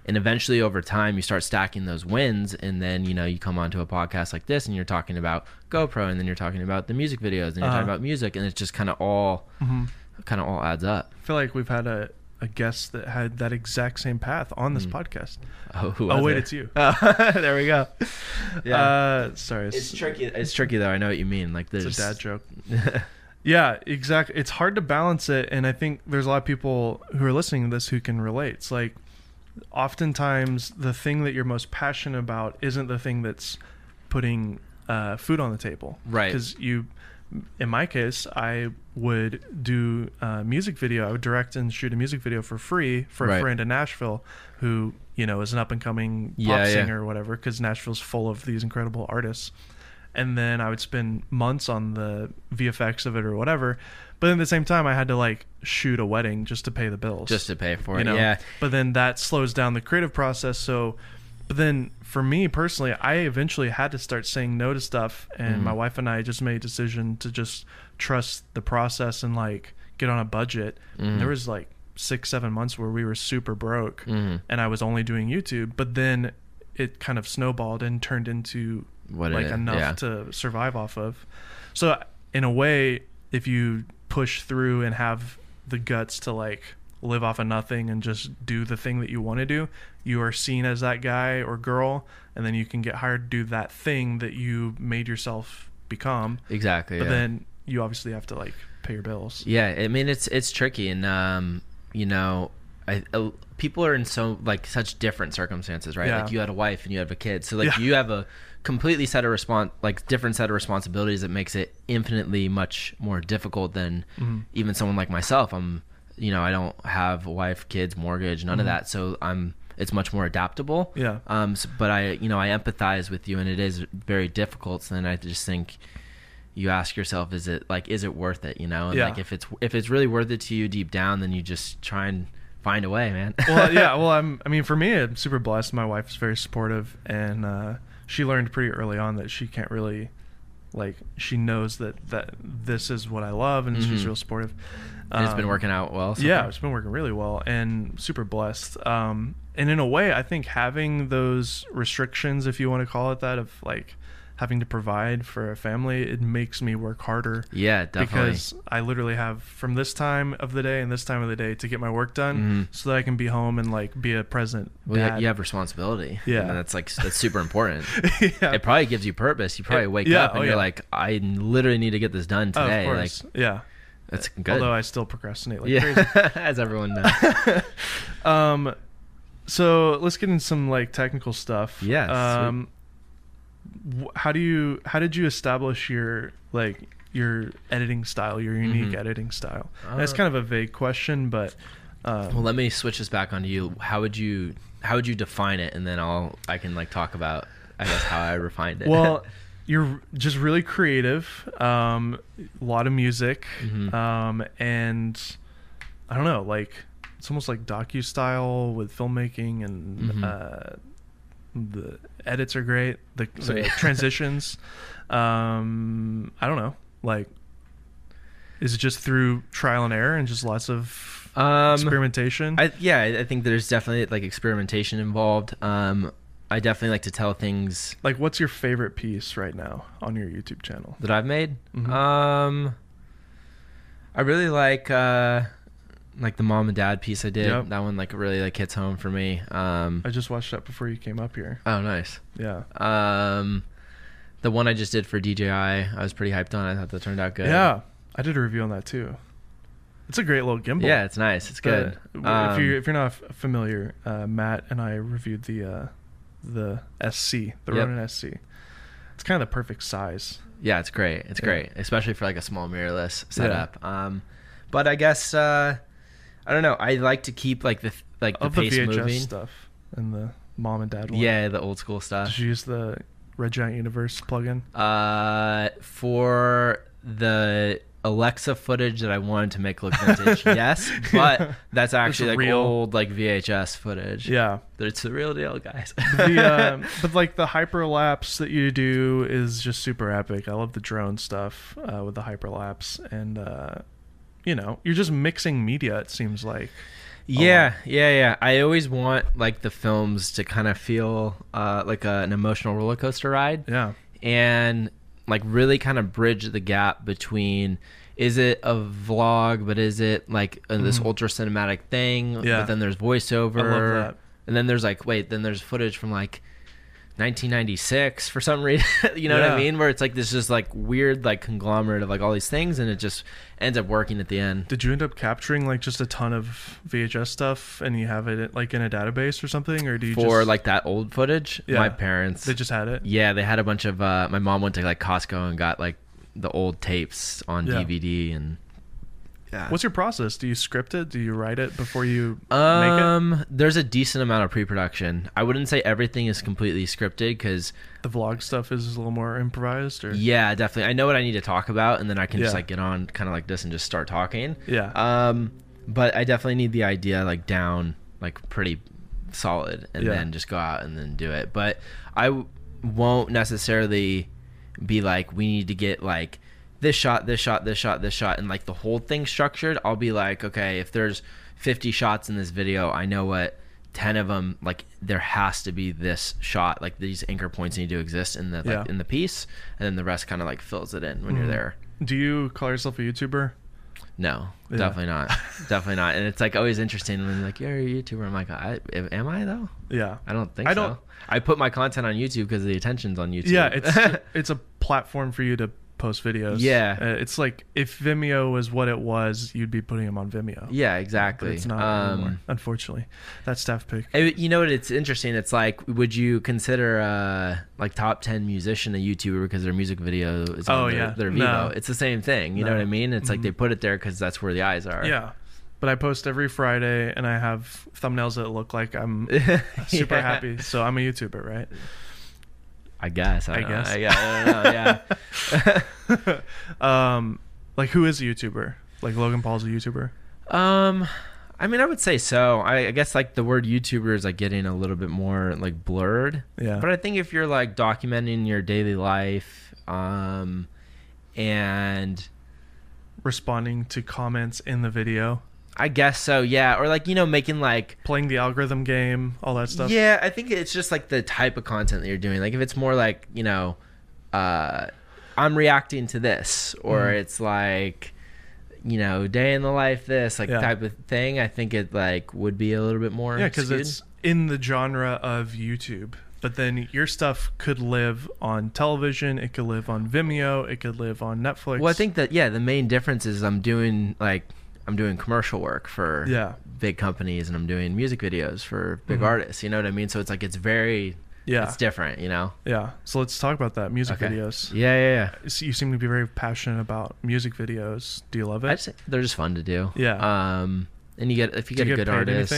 [SPEAKER 1] and eventually over time you start stacking those wins and then you know you come onto a podcast like this and you're talking about GoPro and then you're talking about the music videos and you're
[SPEAKER 2] Uh-huh.
[SPEAKER 1] talking about music and it just kind of all
[SPEAKER 2] hmm
[SPEAKER 1] kind of all adds up.
[SPEAKER 2] I feel like we've had a, a guest that had that exact same path on this
[SPEAKER 1] Mm.
[SPEAKER 2] podcast.
[SPEAKER 1] Oh, who
[SPEAKER 2] oh
[SPEAKER 1] was
[SPEAKER 2] wait,
[SPEAKER 1] it? Oh,
[SPEAKER 2] it's you.
[SPEAKER 1] there we go. Yeah.
[SPEAKER 2] Uh, sorry,
[SPEAKER 1] it's tricky. It's tricky though. I know what you mean. Like there's
[SPEAKER 2] It's a dad joke. Yeah, exactly. It's hard to balance it, and I think there's a lot of people who are listening to this who can relate. It's like oftentimes the thing that you're most passionate about isn't the thing that's putting uh, food on the table,
[SPEAKER 1] Right.
[SPEAKER 2] Because you, in my case, I would do a music video. I would direct and shoot a music video for free for a
[SPEAKER 1] Right.
[SPEAKER 2] friend in Nashville who you know is an up and coming pop
[SPEAKER 1] Yeah, yeah.
[SPEAKER 2] singer or whatever. Because Nashville's full of these incredible artists and then I would spend months on the VFX of it or whatever. But at the same time, I had to like shoot a wedding just to pay the bills.
[SPEAKER 1] just to pay for it.
[SPEAKER 2] you know.
[SPEAKER 1] Yeah.
[SPEAKER 2] But then that slows down the creative process. So, but then for me personally, I eventually had to start saying no to stuff, and
[SPEAKER 1] Mhm.
[SPEAKER 2] my wife and I just made a decision to just trust the process and like get on a budget.
[SPEAKER 1] Mhm.
[SPEAKER 2] There was like six, seven months where we were super broke
[SPEAKER 1] Mhm.
[SPEAKER 2] and I was only doing YouTube, but then it kind of snowballed and turned into
[SPEAKER 1] What it
[SPEAKER 2] like
[SPEAKER 1] is,
[SPEAKER 2] enough
[SPEAKER 1] yeah.
[SPEAKER 2] to survive off of. So in a way, if you push through and have the guts to like live off of nothing and just do the thing that you want to do, you are seen as that guy or girl, and then you can get hired to do that thing that you made yourself become.
[SPEAKER 1] Exactly.
[SPEAKER 2] But
[SPEAKER 1] yeah.
[SPEAKER 2] then you obviously have to like pay your bills.
[SPEAKER 1] Yeah, I mean it's it's tricky, and um, you know, I, uh, people are in so like such different circumstances, right?
[SPEAKER 2] Yeah.
[SPEAKER 1] Like you had a wife and you have a kid, so like
[SPEAKER 2] Yeah.
[SPEAKER 1] you have a completely set of response, like different set of responsibilities that makes it infinitely much more difficult than
[SPEAKER 2] Mhm.
[SPEAKER 1] even someone like myself. I'm you know, I don't have a wife, kids, mortgage, none of
[SPEAKER 2] Mm-hmm.
[SPEAKER 1] that. So I'm it's much more adaptable.
[SPEAKER 2] Yeah.
[SPEAKER 1] Um, s but I, you know, I empathize with you, and it is very difficult. So then I just think you ask yourself, is it like, is it worth it? You know, and
[SPEAKER 2] Yeah.
[SPEAKER 1] like if it's if it's really worth it to you deep down, then you just try and find a way, man.
[SPEAKER 2] well, yeah. Well, I'm. I mean, for me, I'm super blessed. My wife's very supportive, and uh, she learned pretty early on that she can't really, like, she knows that that this is what I love, and she's
[SPEAKER 1] Mhm.
[SPEAKER 2] real supportive.
[SPEAKER 1] And it's been
[SPEAKER 2] Um,
[SPEAKER 1] working out well. So
[SPEAKER 2] Yeah,
[SPEAKER 1] far.
[SPEAKER 2] it's been working really well, and super blessed. Um, and in a way, I think having those restrictions, if you want to call it that, of like having to provide for a family, it makes me work harder
[SPEAKER 1] yeah, definitely.
[SPEAKER 2] because I literally have from this time of the day and this time of the day to get my work done
[SPEAKER 1] Mhm.
[SPEAKER 2] so that I can be home and like be a present
[SPEAKER 1] well, you-
[SPEAKER 2] dad.
[SPEAKER 1] you have responsibility.
[SPEAKER 2] Yeah.
[SPEAKER 1] and that's like that's super important.
[SPEAKER 2] yeah.
[SPEAKER 1] It probably gives you purpose. You probably
[SPEAKER 2] It-
[SPEAKER 1] wake
[SPEAKER 2] yeah,
[SPEAKER 1] up and
[SPEAKER 2] oh,
[SPEAKER 1] you're
[SPEAKER 2] yeah.
[SPEAKER 1] like, I literally need to get this done
[SPEAKER 2] Oh, of
[SPEAKER 1] today. like
[SPEAKER 2] course. yeah. Uh,
[SPEAKER 1] that's good.
[SPEAKER 2] Although I still procrastinate like crazy.
[SPEAKER 1] yeah, as everyone knows.
[SPEAKER 2] Um, so let's get into some like technical stuff.
[SPEAKER 1] Yeah, sweet.
[SPEAKER 2] Um, wh- how do you how did you establish your like your editing style, your unique
[SPEAKER 1] Mhm.
[SPEAKER 2] editing style?
[SPEAKER 1] Uh,
[SPEAKER 2] That's kind of a vague question, but um,
[SPEAKER 1] well, let me switch this back onto you. How would you how would you define it, and then I'll I can like talk about I guess how I refined it.
[SPEAKER 2] well, you're just really creative. Um, a lot of music,
[SPEAKER 1] Mhm.
[SPEAKER 2] um, and I don't know, like it's almost like docu style with filmmaking, and
[SPEAKER 1] Mhm.
[SPEAKER 2] uh, the edits are great. The,
[SPEAKER 1] So,
[SPEAKER 2] the
[SPEAKER 1] yeah.
[SPEAKER 2] transitions, um, I don't know, like is it just through trial and error and just lots of
[SPEAKER 1] um,
[SPEAKER 2] experimentation?
[SPEAKER 1] I, yeah, I I think there's definitely like experimentation involved. Um, I definitely like to tell things
[SPEAKER 2] like, what's your favorite piece right now on your YouTube channel?
[SPEAKER 1] that I've made.
[SPEAKER 2] Mhm.
[SPEAKER 1] Um, I really like uh, like the mom and dad piece I did.
[SPEAKER 2] Yep.
[SPEAKER 1] That one like really like hits home for me. Um,
[SPEAKER 2] I just watched that before you came up here.
[SPEAKER 1] oh, nice.
[SPEAKER 2] Yeah.
[SPEAKER 1] Um, the one I just did for DJI, I was pretty hyped on. I thought that turned out good.
[SPEAKER 2] Yeah, I did a review on that too. It's a great little gimbal.
[SPEAKER 1] yeah, it's nice. It's good.
[SPEAKER 2] The- if
[SPEAKER 1] Um,
[SPEAKER 2] you if you're not f- familiar, uh, Matt and I reviewed the uh, the SC, the
[SPEAKER 1] Yep.
[SPEAKER 2] Ronin SC. It's kind of the perfect size.
[SPEAKER 1] yeah, it's great. It's
[SPEAKER 2] Yeah.
[SPEAKER 1] great, especially for like a small mirrorless
[SPEAKER 2] Yeah.
[SPEAKER 1] setup. Um, but I guess uh, I don't know. I like to keep like the like the
[SPEAKER 2] of the
[SPEAKER 1] pace
[SPEAKER 2] VHS
[SPEAKER 1] moving.
[SPEAKER 2] stuff and the mom and dad one.
[SPEAKER 1] Yeah, the old school stuff.
[SPEAKER 2] Did you use the Red Giant Universe plugin?
[SPEAKER 1] Uh, for the Alexa footage that I wanted to make look vintage, yes, but that's actually like
[SPEAKER 2] real.
[SPEAKER 1] old like VHS footage.
[SPEAKER 2] Yeah.
[SPEAKER 1] it's the real deal, guys.
[SPEAKER 2] the, um, but like the hyperlapse that you do is just super epic. I love the drone stuff uh, with the hyperlapse, and uh, you know, you're just mixing media. It seems like
[SPEAKER 1] yeah, yeah, yeah. I always want like the films to kind of feel uh, like a, an emotional roller coaster ride.
[SPEAKER 2] yeah,
[SPEAKER 1] and like really kind of bridge the gap between is it a vlog but is it like uh, this
[SPEAKER 2] Mhm.
[SPEAKER 1] ultra cinematic thing
[SPEAKER 2] Yeah.
[SPEAKER 1] but then there's voiceover
[SPEAKER 2] I love that.
[SPEAKER 1] and then there's like wait then there's footage from like 1996 for some reason you know what
[SPEAKER 2] Yeah.
[SPEAKER 1] i mean where it's like this just like weird like conglomerate of like all these things and it just ends up working at the end
[SPEAKER 2] Did you end up capturing like just a ton of VHS stuff, and you have it like in a database or something, or do you
[SPEAKER 1] for
[SPEAKER 2] just,
[SPEAKER 1] like that old footage
[SPEAKER 2] Yeah.
[SPEAKER 1] my parents
[SPEAKER 2] they just had it?
[SPEAKER 1] Yeah, they had a bunch of. Uh, my mom went to like Costco and got like the old tapes on
[SPEAKER 2] Yeah.
[SPEAKER 1] DVD and. Yeah.
[SPEAKER 2] What's your process? Do you script it? Do you write it before you make
[SPEAKER 1] um? There's a decent amount of pre-production. I wouldn't say everything is completely scripted because
[SPEAKER 2] it? The vlog stuff is a little more improvised, or
[SPEAKER 1] yeah, definitely. I know what I need to talk about, and then I can
[SPEAKER 2] Yeah.
[SPEAKER 1] just like get on kind of like this and just start talking.
[SPEAKER 2] yeah,
[SPEAKER 1] Um, but I definitely need the idea like down like pretty solid, and
[SPEAKER 2] Yeah.
[SPEAKER 1] then just go out and then do it. But I w- won't necessarily be like we need to get like this shot, this shot, this shot, this shot, and like the whole thing structured. I'll be like, okay, if there's 50 shots in this video, I know what. 10 of them like there has to be this shot like these anchor points need to exist in the like,
[SPEAKER 2] Yeah.
[SPEAKER 1] in the piece and then the rest kind of like fills it in when
[SPEAKER 2] Mhm.
[SPEAKER 1] you're there
[SPEAKER 2] do you call yourself a YouTuber?
[SPEAKER 1] no,
[SPEAKER 2] Yeah.
[SPEAKER 1] definitely not. definitely not. And it's like always interesting when like you're a YouTuber. I'm like, I, am I though?
[SPEAKER 2] Yeah,
[SPEAKER 1] I don't think
[SPEAKER 2] I
[SPEAKER 1] I
[SPEAKER 2] don't-
[SPEAKER 1] so. I put my content on YouTube because the attention's on YouTube.
[SPEAKER 2] Yeah, it's it's a platform for you to post videos.
[SPEAKER 1] Yeah.
[SPEAKER 2] Uh, it's like if Vimeo was what it was, you'd be putting them on Vimeo.
[SPEAKER 1] yeah,
[SPEAKER 2] But
[SPEAKER 1] exactly.
[SPEAKER 2] it's not anymore,
[SPEAKER 1] um,
[SPEAKER 2] unfortunately. That's staff pick.
[SPEAKER 1] it- you know what? It's interesting. It's like, would you consider uh, like top ten musician a YouTuber because their music video is
[SPEAKER 2] Oh,
[SPEAKER 1] on their,
[SPEAKER 2] yeah.
[SPEAKER 1] their
[SPEAKER 2] No.
[SPEAKER 1] Vivo? It's the same thing. You
[SPEAKER 2] No.
[SPEAKER 1] know what I mean? It's
[SPEAKER 2] Mhm.
[SPEAKER 1] like they put it there because that's where the eyes are.
[SPEAKER 2] Yeah, but I post every Friday and I have thumbnails that look like I'm super
[SPEAKER 1] Yeah.
[SPEAKER 2] happy. So I'm a YouTuber, right?
[SPEAKER 1] I guess. I,
[SPEAKER 2] I
[SPEAKER 1] don't
[SPEAKER 2] guess.
[SPEAKER 1] Know. I, guess. I don't know. Yeah.
[SPEAKER 2] Um, like who is a YouTuber? Like Logan Paul's a YouTuber.
[SPEAKER 1] Um, I mean, I would say so. I, I guess like the word YouTuber is like getting a little bit more like blurred.
[SPEAKER 2] Yeah.
[SPEAKER 1] But I think if you're like documenting your daily life, um, and
[SPEAKER 2] Responding to comments in the video,
[SPEAKER 1] I guess so, yeah, or like you know making like.
[SPEAKER 2] playing the algorithm game, all that stuff.
[SPEAKER 1] Yeah, I think it's just like the type of content that you're doing. Like if it's more like you know, uh, I'm reacting to this, or
[SPEAKER 2] Mhm.
[SPEAKER 1] it's like, you know, day in the life this like
[SPEAKER 2] Yeah.
[SPEAKER 1] type of thing. I think it like would be a little bit more.
[SPEAKER 2] Yeah, because
[SPEAKER 1] skewed.
[SPEAKER 2] it's in the genre of YouTube. But then your stuff could live on television. It could live on Vimeo. It could live on Netflix.
[SPEAKER 1] Well, I think that yeah, the main difference is I'm doing like I'm doing commercial work for
[SPEAKER 2] Yeah.
[SPEAKER 1] big companies and I'm doing music videos for big
[SPEAKER 2] Mhm.
[SPEAKER 1] artists. You know what I mean? So it's like it's very
[SPEAKER 2] Yeah.
[SPEAKER 1] it's different. You know?
[SPEAKER 2] yeah. So let's talk about that music
[SPEAKER 1] Okay.
[SPEAKER 2] videos.
[SPEAKER 1] Yeah, yeah,
[SPEAKER 2] S- You seem to be very passionate about music videos. Do you love it?
[SPEAKER 1] yeah. I just, they're just fun to do.
[SPEAKER 2] Yeah.
[SPEAKER 1] Um, and you get if you get
[SPEAKER 2] Do
[SPEAKER 1] a good
[SPEAKER 2] paid
[SPEAKER 1] artist,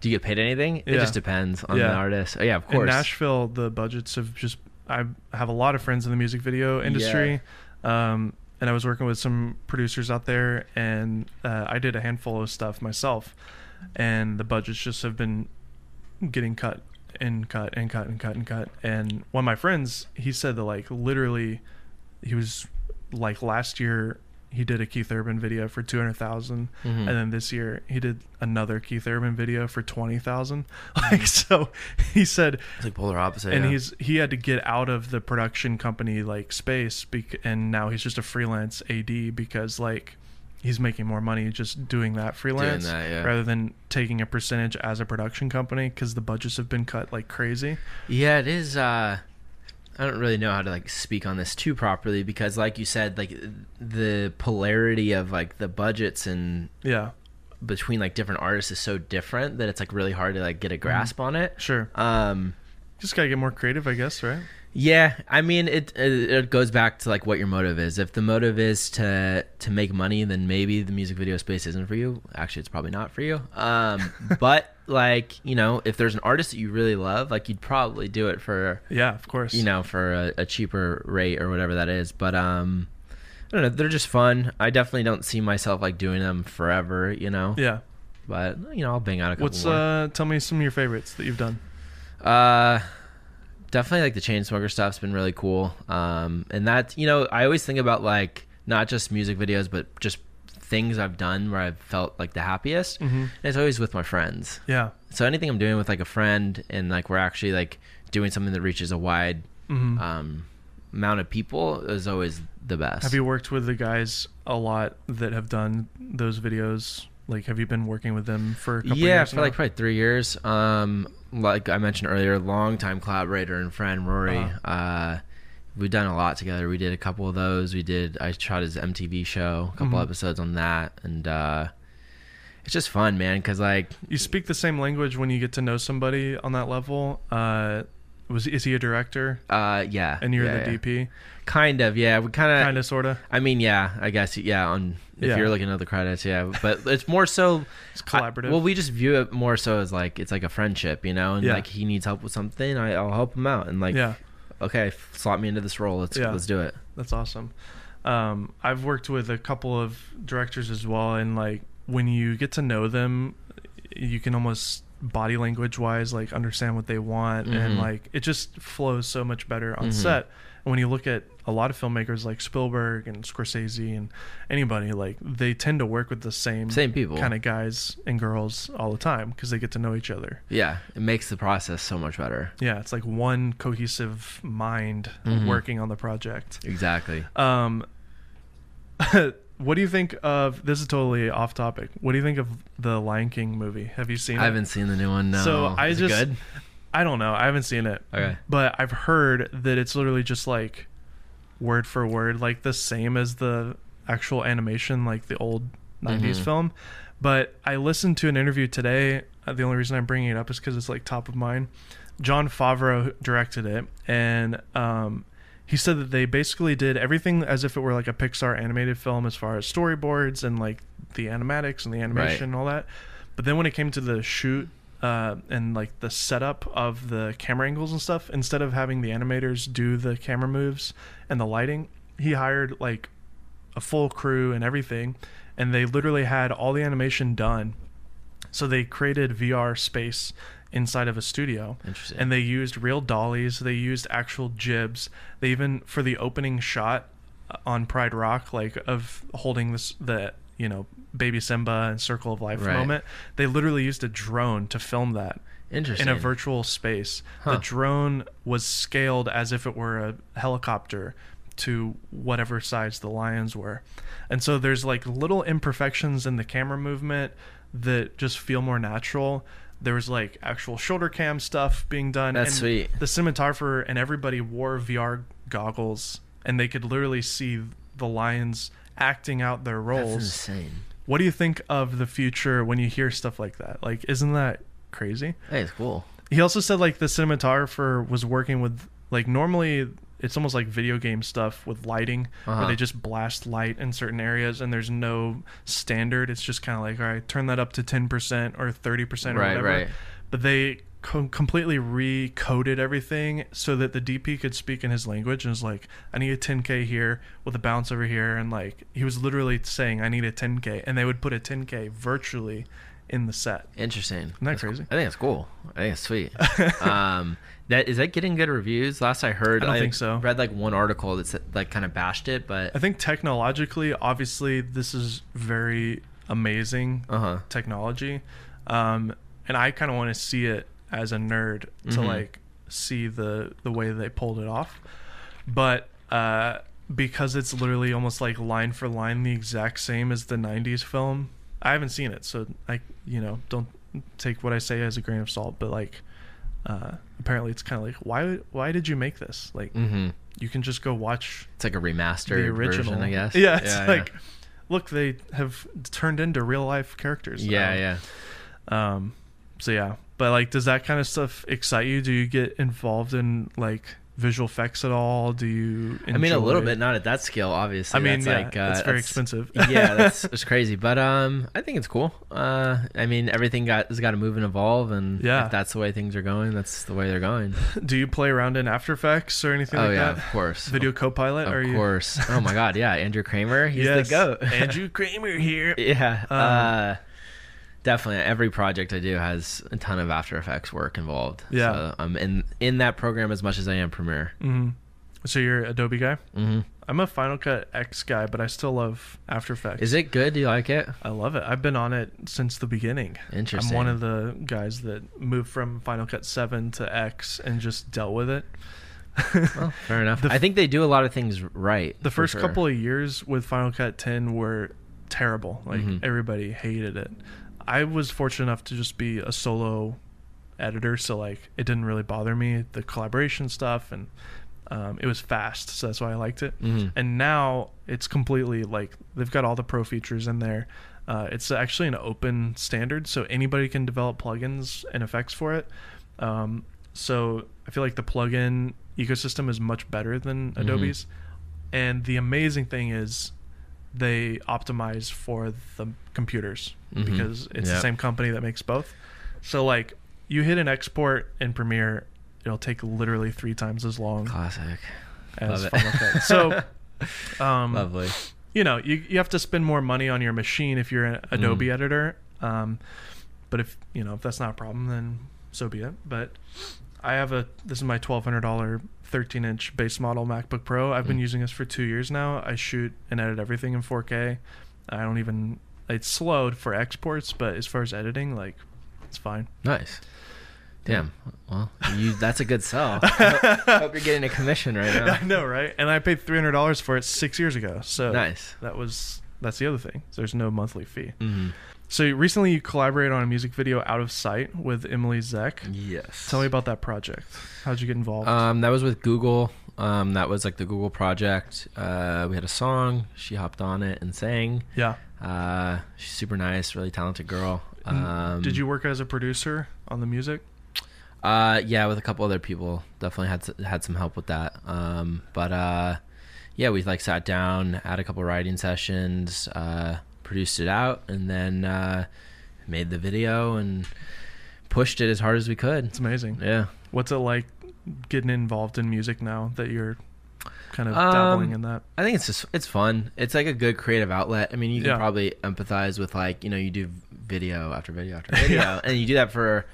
[SPEAKER 1] do you get paid anything? It
[SPEAKER 2] Yeah.
[SPEAKER 1] just depends on
[SPEAKER 2] Yeah.
[SPEAKER 1] the artist. Oh, yeah, of
[SPEAKER 2] In
[SPEAKER 1] course.
[SPEAKER 2] Nashville, the budgets have just. I have a lot of friends in the music video industry, um, and I was working with some producers out there, and uh, I did a handful of stuff myself, and the budgets just have been getting cut and cut and cut and cut and cut. And one of my friends, he said that like literally, he was like last year he did a Keith Urban video for two hundred thousand,
[SPEAKER 1] Mhm.
[SPEAKER 2] and then this year he did another Keith Urban video for twenty thousand. Like so, he said
[SPEAKER 1] Mm. it's like polar opposite.
[SPEAKER 2] and
[SPEAKER 1] yeah.
[SPEAKER 2] he's he had to get out of the production company like space bec- and now he's just a freelance ad because like he's making more money just doing that freelance
[SPEAKER 1] that, yeah.
[SPEAKER 2] rather than taking a percentage as a production company because the budgets have been cut like crazy
[SPEAKER 1] Yeah, it is. Uh, I don't really know how to like speak on this too properly because, like you said, like the polarity of like the budgets and
[SPEAKER 2] yeah
[SPEAKER 1] between like different artists is so different that it's like really hard to like get a
[SPEAKER 2] Mm-hmm.
[SPEAKER 1] grasp on it.
[SPEAKER 2] sure
[SPEAKER 1] Um,
[SPEAKER 2] just gotta get more creative i guess right
[SPEAKER 1] yeah, I mean it, it. It goes back to like what your motive is. If the motive is to to make money, then maybe the music video space isn't for you. Actually, it's probably not for you. Um, but like you know, if there's an artist that you really love, like you'd probably do it for
[SPEAKER 2] yeah of course
[SPEAKER 1] you know for a, a cheaper rate or whatever that is but um i don't know they're just fun i definitely don't see myself like doing them forever you know
[SPEAKER 2] yeah
[SPEAKER 1] but you know i'll bang out a couple
[SPEAKER 2] what's
[SPEAKER 1] more.
[SPEAKER 2] uh tell me some of your favorites that you've done
[SPEAKER 1] uh definitely like the chain smoker stuff's been really cool um and that you know i always think about like not just music videos but just things i've done where i've felt like the happiest
[SPEAKER 2] mm-hmm.
[SPEAKER 1] and it's always with my friends
[SPEAKER 2] yeah
[SPEAKER 1] so anything i'm doing with like a friend and like we're actually like doing something that reaches a wide
[SPEAKER 2] mm-hmm.
[SPEAKER 1] um, amount of people is always the best.
[SPEAKER 2] Have you worked with the guys a lot that have done those videos? Like, have you been working with them for a couple
[SPEAKER 1] yeah,
[SPEAKER 2] years
[SPEAKER 1] for
[SPEAKER 2] now?
[SPEAKER 1] like probably three years. Um, like I mentioned earlier, longtime collaborator and friend Rory.
[SPEAKER 2] Uh-huh.
[SPEAKER 1] uh we've done a lot together. We did a couple of those. We did. I shot his MTV show, a couple
[SPEAKER 2] Mhm.
[SPEAKER 1] episodes on that, and uh, it's just fun, man. Because like,
[SPEAKER 2] you speak the same language when you get to know somebody on that level. Uh, was is he a director
[SPEAKER 1] uh, yeah,
[SPEAKER 2] and you're
[SPEAKER 1] yeah, Uh,
[SPEAKER 2] the
[SPEAKER 1] yeah.
[SPEAKER 2] DP?
[SPEAKER 1] Kind of, yeah. We kind of,
[SPEAKER 2] Kind of, sorta.
[SPEAKER 1] I mean, yeah, I guess, yeah. On if
[SPEAKER 2] Yeah.
[SPEAKER 1] you're looking at the credits, yeah, but it's more so
[SPEAKER 2] It's
[SPEAKER 1] I-
[SPEAKER 2] collaborative.
[SPEAKER 1] well, we just view it more so as like it's like a friendship, you know, and
[SPEAKER 2] Yeah.
[SPEAKER 1] like he needs help with something, I, I'll help him out, and like,
[SPEAKER 2] yeah,
[SPEAKER 1] okay, f- slot me into this role. Let's
[SPEAKER 2] Yeah. Mm-hmm.
[SPEAKER 1] let's do it.
[SPEAKER 2] that's awesome. Um, I've worked with a couple of directors as well, and like when you get to know them, you can almost body language wise like understand what they want and
[SPEAKER 1] Mhm.
[SPEAKER 2] like it just flows so much better on
[SPEAKER 1] Mhm.
[SPEAKER 2] set and when you look at a lot of filmmakers like Spielberg and Scorsese and anybody like they tend to work with the same
[SPEAKER 1] Same people.
[SPEAKER 2] kind of guys and girls all the time because they get to know each other
[SPEAKER 1] Yeah, it makes the process so much better.
[SPEAKER 2] yeah it's like one cohesive mind
[SPEAKER 1] Mhm.
[SPEAKER 2] working on the project
[SPEAKER 1] Exactly.
[SPEAKER 2] um, what do you think of this? Is totally off topic. What do you think of the Lion King movie? Have you seen?
[SPEAKER 1] I
[SPEAKER 2] it?
[SPEAKER 1] haven't seen the new one. No.
[SPEAKER 2] So I
[SPEAKER 1] Is it
[SPEAKER 2] just
[SPEAKER 1] good?
[SPEAKER 2] I don't know. I haven't seen it.
[SPEAKER 1] Okay.
[SPEAKER 2] But I've heard that it's literally just like word for word, like the same as the actual animation, like the old 90s
[SPEAKER 1] Mhm.
[SPEAKER 2] film. But I listened to an interview today. Uh, The only reason I'm bringing it up is because it's like top of mind. John Favreau directed it, and um, he said that they basically did everything as if it were like a Pixar animated film as far as storyboards and like the animatics and the animation and all that. But then when it came to the shoot uh, and like the setup of the camera angles and stuff, instead of having the animators do the camera moves and the lighting, he hired like a full crew and everything, and they literally had all the animation done. So they created VR space inside of a studio.
[SPEAKER 1] Interesting.
[SPEAKER 2] And they used real dollies. They used actual jibs. They even for the opening shot uh, on Pride Rock, like of holding this the you know baby Simba and Circle of Life
[SPEAKER 1] Right.
[SPEAKER 2] moment. They literally used a drone to film that
[SPEAKER 1] Interesting.
[SPEAKER 2] in a virtual space.
[SPEAKER 1] Huh.
[SPEAKER 2] The drone was scaled as if it were a helicopter to whatever size the lions were. And so there's like little imperfections in the camera movement that just feel more natural. There was like actual shoulder cam stuff being done.
[SPEAKER 1] That's
[SPEAKER 2] and
[SPEAKER 1] sweet.
[SPEAKER 2] The cinematographer and everybody wore VR goggles and they could literally see the lions acting out their
[SPEAKER 1] That's
[SPEAKER 2] roles.
[SPEAKER 1] insane.
[SPEAKER 2] What do you think of the future when you hear stuff like that? Like isn't that crazy?
[SPEAKER 1] Hey, it's cool.
[SPEAKER 2] He also said like the cinematographer was working with like normally it's almost like video game stuff with lighting
[SPEAKER 1] Uh-huh.
[SPEAKER 2] where they just blast light in certain areas and there's no standard. It's just kind of like all right, turn that up to ten percent or thirty percent or
[SPEAKER 1] Right,
[SPEAKER 2] whatever.
[SPEAKER 1] right.
[SPEAKER 2] But they com- completely recoded everything so that the DP could speak in his language and was like, I need a 10k here with a bounce over here, and like he was literally saying, I need a 10k, and they would put a 10k virtually in the set.
[SPEAKER 1] Interesting.
[SPEAKER 2] that
[SPEAKER 1] That's-
[SPEAKER 2] crazy?
[SPEAKER 1] I think it's cool. I think it's sweet. um, that is that getting good reviews? Last I heard,
[SPEAKER 2] I don't think so.
[SPEAKER 1] Read like one article that said, like kind of bashed it, but
[SPEAKER 2] I think technologically, obviously, this is very amazing
[SPEAKER 1] uh huh.
[SPEAKER 2] technology, um, and I kind of want to see it as a nerd to
[SPEAKER 1] Mhm.
[SPEAKER 2] like see the the way they pulled it off, but uh, because it's literally almost like line for line the exact same as the '90s film, I haven't seen it, so I you know don't take what I say as a grain of salt, but like. Uh, apparently it's kind of like why would- why did you make this like
[SPEAKER 1] Mm-hmm.
[SPEAKER 2] you can just go watch
[SPEAKER 1] It's like a remastered
[SPEAKER 2] the original,
[SPEAKER 1] version, I guess.
[SPEAKER 2] Yeah, it's like, look, they have turned into real life characters.
[SPEAKER 1] yeah,
[SPEAKER 2] now.
[SPEAKER 1] yeah.
[SPEAKER 2] Um, so yeah, but like, does that kind of stuff excite you? Do you get involved in like visual effects at all? Do you? Enjoy?
[SPEAKER 1] I mean, a little bit, not at that scale, obviously.
[SPEAKER 2] I mean,
[SPEAKER 1] that's
[SPEAKER 2] yeah,
[SPEAKER 1] like, uh,
[SPEAKER 2] it's very
[SPEAKER 1] that's-
[SPEAKER 2] expensive.
[SPEAKER 1] yeah, that's it's crazy, but um, I think it's cool. Uh, I mean, everything got has got to move and evolve, and
[SPEAKER 2] Yeah.
[SPEAKER 1] if that's the way things are going, that's the way they're going.
[SPEAKER 2] Do you play around in After Effects or anything
[SPEAKER 1] oh
[SPEAKER 2] like
[SPEAKER 1] yeah,
[SPEAKER 2] that?
[SPEAKER 1] of course.
[SPEAKER 2] Video
[SPEAKER 1] Of-
[SPEAKER 2] Copilot?
[SPEAKER 1] Of
[SPEAKER 2] Are you?
[SPEAKER 1] course. oh my God, yeah, Andrew Kramer, he's
[SPEAKER 2] yes.
[SPEAKER 1] the goat.
[SPEAKER 2] Andrew Kramer here.
[SPEAKER 1] yeah.
[SPEAKER 2] Um,
[SPEAKER 1] uh, definitely, every project I do has a ton of After Effects work involved.
[SPEAKER 2] Yeah.
[SPEAKER 1] so I'm in in that program as much as I am Premiere.
[SPEAKER 2] Mhm. So you're Adobe guy.
[SPEAKER 1] hmm
[SPEAKER 2] I'm a Final Cut X guy, but I still love After Effects.
[SPEAKER 1] Is it good? Do you like it?
[SPEAKER 2] I love it. I've been on it since the beginning.
[SPEAKER 1] Interesting.
[SPEAKER 2] I'm one of the guys that moved from Final Cut 7 to X and just dealt with it.
[SPEAKER 1] Well, fair enough.
[SPEAKER 2] The f-
[SPEAKER 1] I think they do a lot of things right.
[SPEAKER 2] The
[SPEAKER 1] for
[SPEAKER 2] first
[SPEAKER 1] sure.
[SPEAKER 2] couple of years with Final Cut 10 were terrible. Like
[SPEAKER 1] Mhm.
[SPEAKER 2] everybody hated it. I was fortunate enough to just be a solo editor, so like it didn't really bother me the collaboration stuff and um, it was fast, so that's why I liked it.
[SPEAKER 1] Mhm.
[SPEAKER 2] And now it's completely like they've got all the pro features in there. Uh, it's actually an open standard, so anybody can develop plugins and effects for it. Um, so I feel like the plugin ecosystem is much better than
[SPEAKER 1] Mhm.
[SPEAKER 2] Mm-hmm. Adobe's. And the amazing thing is they optimize for the computers
[SPEAKER 1] Mhm.
[SPEAKER 2] because it's the
[SPEAKER 1] Yeah.
[SPEAKER 2] same company that makes both. So like you hit an export in Premiere, it'll take literally three times as long
[SPEAKER 1] classic.
[SPEAKER 2] as
[SPEAKER 1] Love it.
[SPEAKER 2] Final Cut. So um,
[SPEAKER 1] Lovely.
[SPEAKER 2] you know, you, you have to spend more money on your machine if you're an Adobe
[SPEAKER 1] Mm.
[SPEAKER 2] editor. Um, but if you know if that's not a problem, then so be it. But I have a this is my twelve hundred dollar thirteen inch base model MacBook Pro. I've been
[SPEAKER 1] Mm.
[SPEAKER 2] using this for two years now. I shoot and edit everything in four K. I don't even it's slowed for exports, but as far as editing, like it's fine.
[SPEAKER 1] Nice. Damn. Well, you, that's a good sell. I hope, hope you're getting a commission right now.
[SPEAKER 2] I know, right? And I paid three hundred dollars for it six years ago. So
[SPEAKER 1] Nice.
[SPEAKER 2] that was that's the other thing. There's no monthly fee.
[SPEAKER 1] Mhm.
[SPEAKER 2] So recently you collaborated on a music video out of sight with Emily Zek.
[SPEAKER 1] Yes.
[SPEAKER 2] Tell me about that project. How'd you get involved?
[SPEAKER 1] Um, that was with Google. Um, that was like the Google project. Uh, we had a song. She hopped on it and sang.
[SPEAKER 2] yeah.
[SPEAKER 1] Uh, she's super nice, really talented girl.
[SPEAKER 2] And
[SPEAKER 1] Um,
[SPEAKER 2] Did you work as a producer on the music?
[SPEAKER 1] Uh, yeah, with a couple other people, definitely had s- had some help with that. Um, but uh, yeah, we like sat down, had a couple writing sessions, uh, produced it out, and then uh, made the video and pushed it as hard as we could.
[SPEAKER 2] It's amazing.
[SPEAKER 1] Yeah.
[SPEAKER 2] What's it like getting involved in music now that you're kind of
[SPEAKER 1] Um,
[SPEAKER 2] dabbling in that?
[SPEAKER 1] I think it's just it's fun. It's like a good creative outlet. I mean, you can
[SPEAKER 2] Yeah.
[SPEAKER 1] probably empathize with like you know you do video after video after video, and you do that for.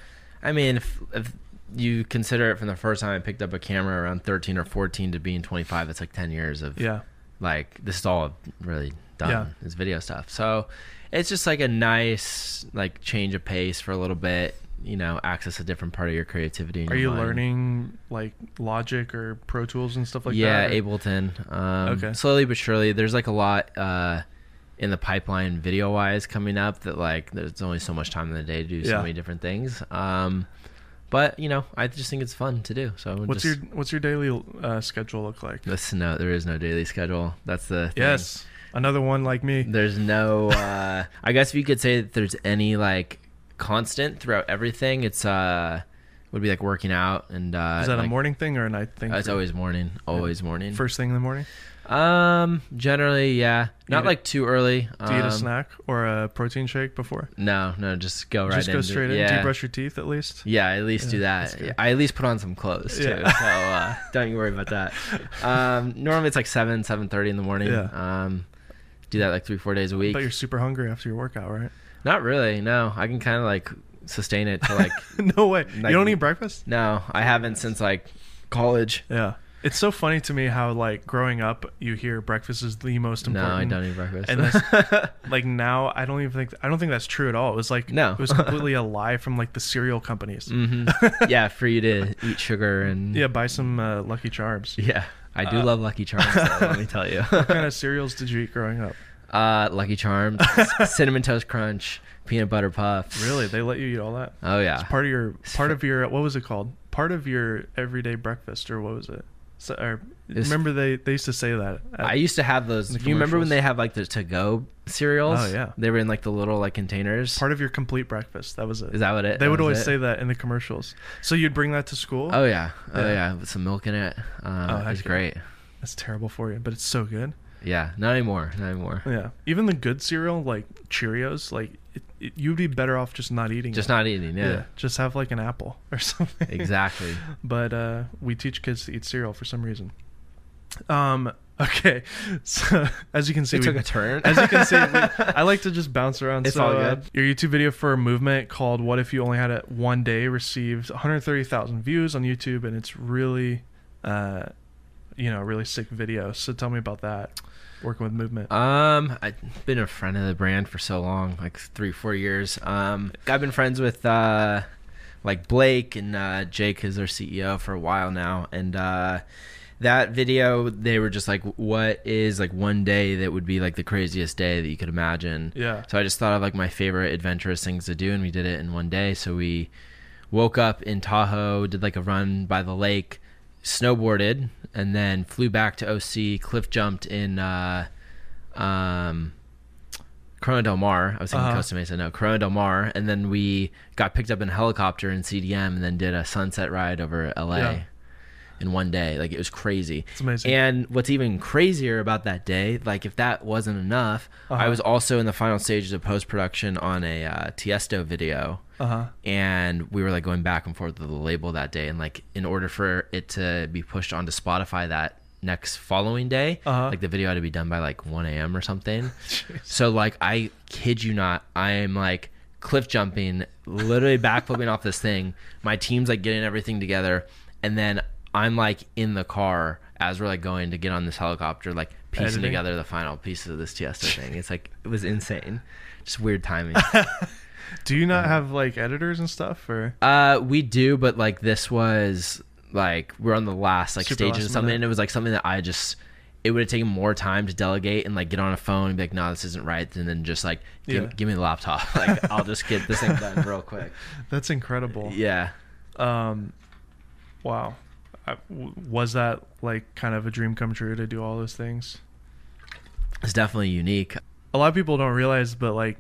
[SPEAKER 1] I mean, if, if you consider it from the first time I picked up a camera around thirteen or fourteen to being twenty five, that's like ten years of
[SPEAKER 2] Yeah.
[SPEAKER 1] like this is all I've really done
[SPEAKER 2] Yeah.
[SPEAKER 1] is video stuff. So it's just like a nice like change of pace for a little bit. You know, access a different part of your creativity. and
[SPEAKER 2] Are you
[SPEAKER 1] your mind
[SPEAKER 2] learning like Logic or Pro Tools and stuff like
[SPEAKER 1] yeah,
[SPEAKER 2] that?
[SPEAKER 1] Ableton. Um,
[SPEAKER 2] Okay.
[SPEAKER 1] Slowly but surely, there's like a lot uh, in the pipeline video wise coming up that like there's only so much time in the day to do so
[SPEAKER 2] Yeah.
[SPEAKER 1] many different things. Um, but you know, I just think it's fun to do. So I'm
[SPEAKER 2] What's
[SPEAKER 1] just,
[SPEAKER 2] your What's your daily uh, schedule look like?
[SPEAKER 1] Listen, no, there is no daily schedule. That's the thing.
[SPEAKER 2] Yes, another one like me.
[SPEAKER 1] There's no. Uh, I guess if you could say that there's any like constant throughout everything, it's uh would be like working out and uh,
[SPEAKER 2] Is that
[SPEAKER 1] like-
[SPEAKER 2] a morning thing or a night thing?
[SPEAKER 1] uh, It's
[SPEAKER 2] for-
[SPEAKER 1] always morning. Always morning.
[SPEAKER 2] first thing in the morning.
[SPEAKER 1] Um, generally, yeah, not
[SPEAKER 2] Eat it-
[SPEAKER 1] like too early.
[SPEAKER 2] Do you eat
[SPEAKER 1] Um,
[SPEAKER 2] a snack or a protein shake before?
[SPEAKER 1] No, no, just go Oh, right.
[SPEAKER 2] Just go
[SPEAKER 1] into-
[SPEAKER 2] straight in. Do
[SPEAKER 1] Yeah.
[SPEAKER 2] you brush your teeth at least?
[SPEAKER 1] Yeah, at least do
[SPEAKER 2] Yeah, that's
[SPEAKER 1] that.
[SPEAKER 2] good.
[SPEAKER 1] I at least put on some clothes too.
[SPEAKER 2] Yeah.
[SPEAKER 1] So uh, don't you worry about that. Um, normally it's like seven, seven thirty in the morning.
[SPEAKER 2] Yeah.
[SPEAKER 1] Um, do that like three, four days a week.
[SPEAKER 2] But you're super hungry after your workout, right?
[SPEAKER 1] Not really. No, I can kind of like sustain it to like.
[SPEAKER 2] no way. you
[SPEAKER 1] Like-
[SPEAKER 2] don't eat breakfast?
[SPEAKER 1] no, I haven't since like college.
[SPEAKER 2] Yeah. It's so funny to me how like growing up you hear breakfast is the most
[SPEAKER 1] No,
[SPEAKER 2] important.
[SPEAKER 1] I don't eat breakfast.
[SPEAKER 2] And that's like now I don't even think I don't think that's true at all. It was like
[SPEAKER 1] No.
[SPEAKER 2] it was completely a lie from like the cereal companies.
[SPEAKER 1] hmm yeah, for you to eat sugar and
[SPEAKER 2] Yeah, buy some uh, Lucky Charms.
[SPEAKER 1] yeah. I do
[SPEAKER 2] Uh,
[SPEAKER 1] love Lucky Charms. though, let me tell you.
[SPEAKER 2] What kind of cereals did you eat growing up?
[SPEAKER 1] Uh, Lucky Charms, c- cinnamon toast crunch, peanut butter puffs.
[SPEAKER 2] Really, they let you eat all that?
[SPEAKER 1] Oh yeah.
[SPEAKER 2] It's part of your part of your what was it called? Part of your everyday breakfast or what was it? So, or,
[SPEAKER 1] It's-
[SPEAKER 2] remember they they used to say that. at-
[SPEAKER 1] I used to have those.
[SPEAKER 2] The
[SPEAKER 1] Do you remember when
[SPEAKER 2] commercials.
[SPEAKER 1] they have like the to-go cereals?
[SPEAKER 2] Oh, yeah.
[SPEAKER 1] They were in like the little like containers.
[SPEAKER 2] part of your complete breakfast. That was it.
[SPEAKER 1] Is that what it?
[SPEAKER 2] they
[SPEAKER 1] that
[SPEAKER 2] would
[SPEAKER 1] was
[SPEAKER 2] always
[SPEAKER 1] it?
[SPEAKER 2] say that in the commercials. So you'd bring that to school.
[SPEAKER 1] Oh yeah. Oh
[SPEAKER 2] Yeah.
[SPEAKER 1] yeah. With some milk in it.
[SPEAKER 2] Oh,
[SPEAKER 1] Uh,
[SPEAKER 2] heck
[SPEAKER 1] it's
[SPEAKER 2] yeah.
[SPEAKER 1] great.
[SPEAKER 2] That's terrible for you, but it's so good.
[SPEAKER 1] Yeah. Not anymore. Not anymore.
[SPEAKER 2] Yeah. Even the good cereal like Cheerios, like it, it, you'd be better off just not eating.
[SPEAKER 1] Just
[SPEAKER 2] it.
[SPEAKER 1] not eating. Yeah.
[SPEAKER 2] Just have like an apple or something.
[SPEAKER 1] Exactly.
[SPEAKER 2] but uh, we teach kids to eat cereal for some reason. Um. Okay. So as you can see,
[SPEAKER 1] it
[SPEAKER 2] we
[SPEAKER 1] took a turn.
[SPEAKER 2] As you can see, we, I like to just bounce around.
[SPEAKER 1] It's
[SPEAKER 2] so,
[SPEAKER 1] all
[SPEAKER 2] uh,
[SPEAKER 1] good.
[SPEAKER 2] your YouTube video for a movement called "What If You Only Had It One Day" received 130,000 views on YouTube, and it's really, uh, you know, a really sick video. So tell me about that. Working with movement.
[SPEAKER 1] Um, I've been a friend of the brand for so long, like three, four years. Um, I've been friends with uh, like Blake and uh, Jake is their CEO for a while now, and uh, that video they were just like, what is like one day that would be like the craziest day that you could imagine?
[SPEAKER 2] yeah.
[SPEAKER 1] So I just thought of like my favorite adventurous things to do, and we did it in one day. So we woke up in Tahoe, did like a run by the lake, snowboarded, and then flew back to OC. Cliff jumped in uh, um, Corona Del Mar. I was thinking
[SPEAKER 2] Uh-huh.
[SPEAKER 1] Costa Mesa, no Corona Del Mar, and then we got picked up in a helicopter in CDM, and then did a sunset ride over LA.
[SPEAKER 2] Yeah.
[SPEAKER 1] In one day, like it was crazy.
[SPEAKER 2] It's amazing.
[SPEAKER 1] And what's even crazier about that day, like if that wasn't enough, I
[SPEAKER 2] Uh-huh.
[SPEAKER 1] was also in the final stages of post production on a uh, Tiesto video,
[SPEAKER 2] Uh huh.
[SPEAKER 1] and we were like going back and forth with the label that day. And like in order for it to be pushed onto Spotify that next following day,
[SPEAKER 2] Uh-huh.
[SPEAKER 1] like the video had to be done by like 1 a.m. or something. so like I kid you not, I am like cliff jumping, literally backflipping off this thing. My team's like getting everything together, and then I'm like in the car as we're like going to get on this helicopter, like piecing
[SPEAKER 2] Editing.
[SPEAKER 1] together the final pieces of this Tiesto thing. It's like it was insane, just weird timing.
[SPEAKER 2] Do you
[SPEAKER 1] Uh-huh.
[SPEAKER 2] not have like editors and stuff, or
[SPEAKER 1] Uh, we do, but like this was like we're on the last like
[SPEAKER 2] Super
[SPEAKER 1] stage
[SPEAKER 2] last
[SPEAKER 1] of something,
[SPEAKER 2] minute.
[SPEAKER 1] and it was like something that I just it would have taken more time to delegate and like get on a phone and be like, no, this isn't right, and then just like give,
[SPEAKER 2] Yeah.
[SPEAKER 1] give me the laptop, like I'll just get this thing done real quick.
[SPEAKER 2] that's incredible.
[SPEAKER 1] Yeah,
[SPEAKER 2] Um, wow. I, w- was that like kind of a dream come true to do all those things?
[SPEAKER 1] it's definitely unique.
[SPEAKER 2] a lot of people don't realize, but like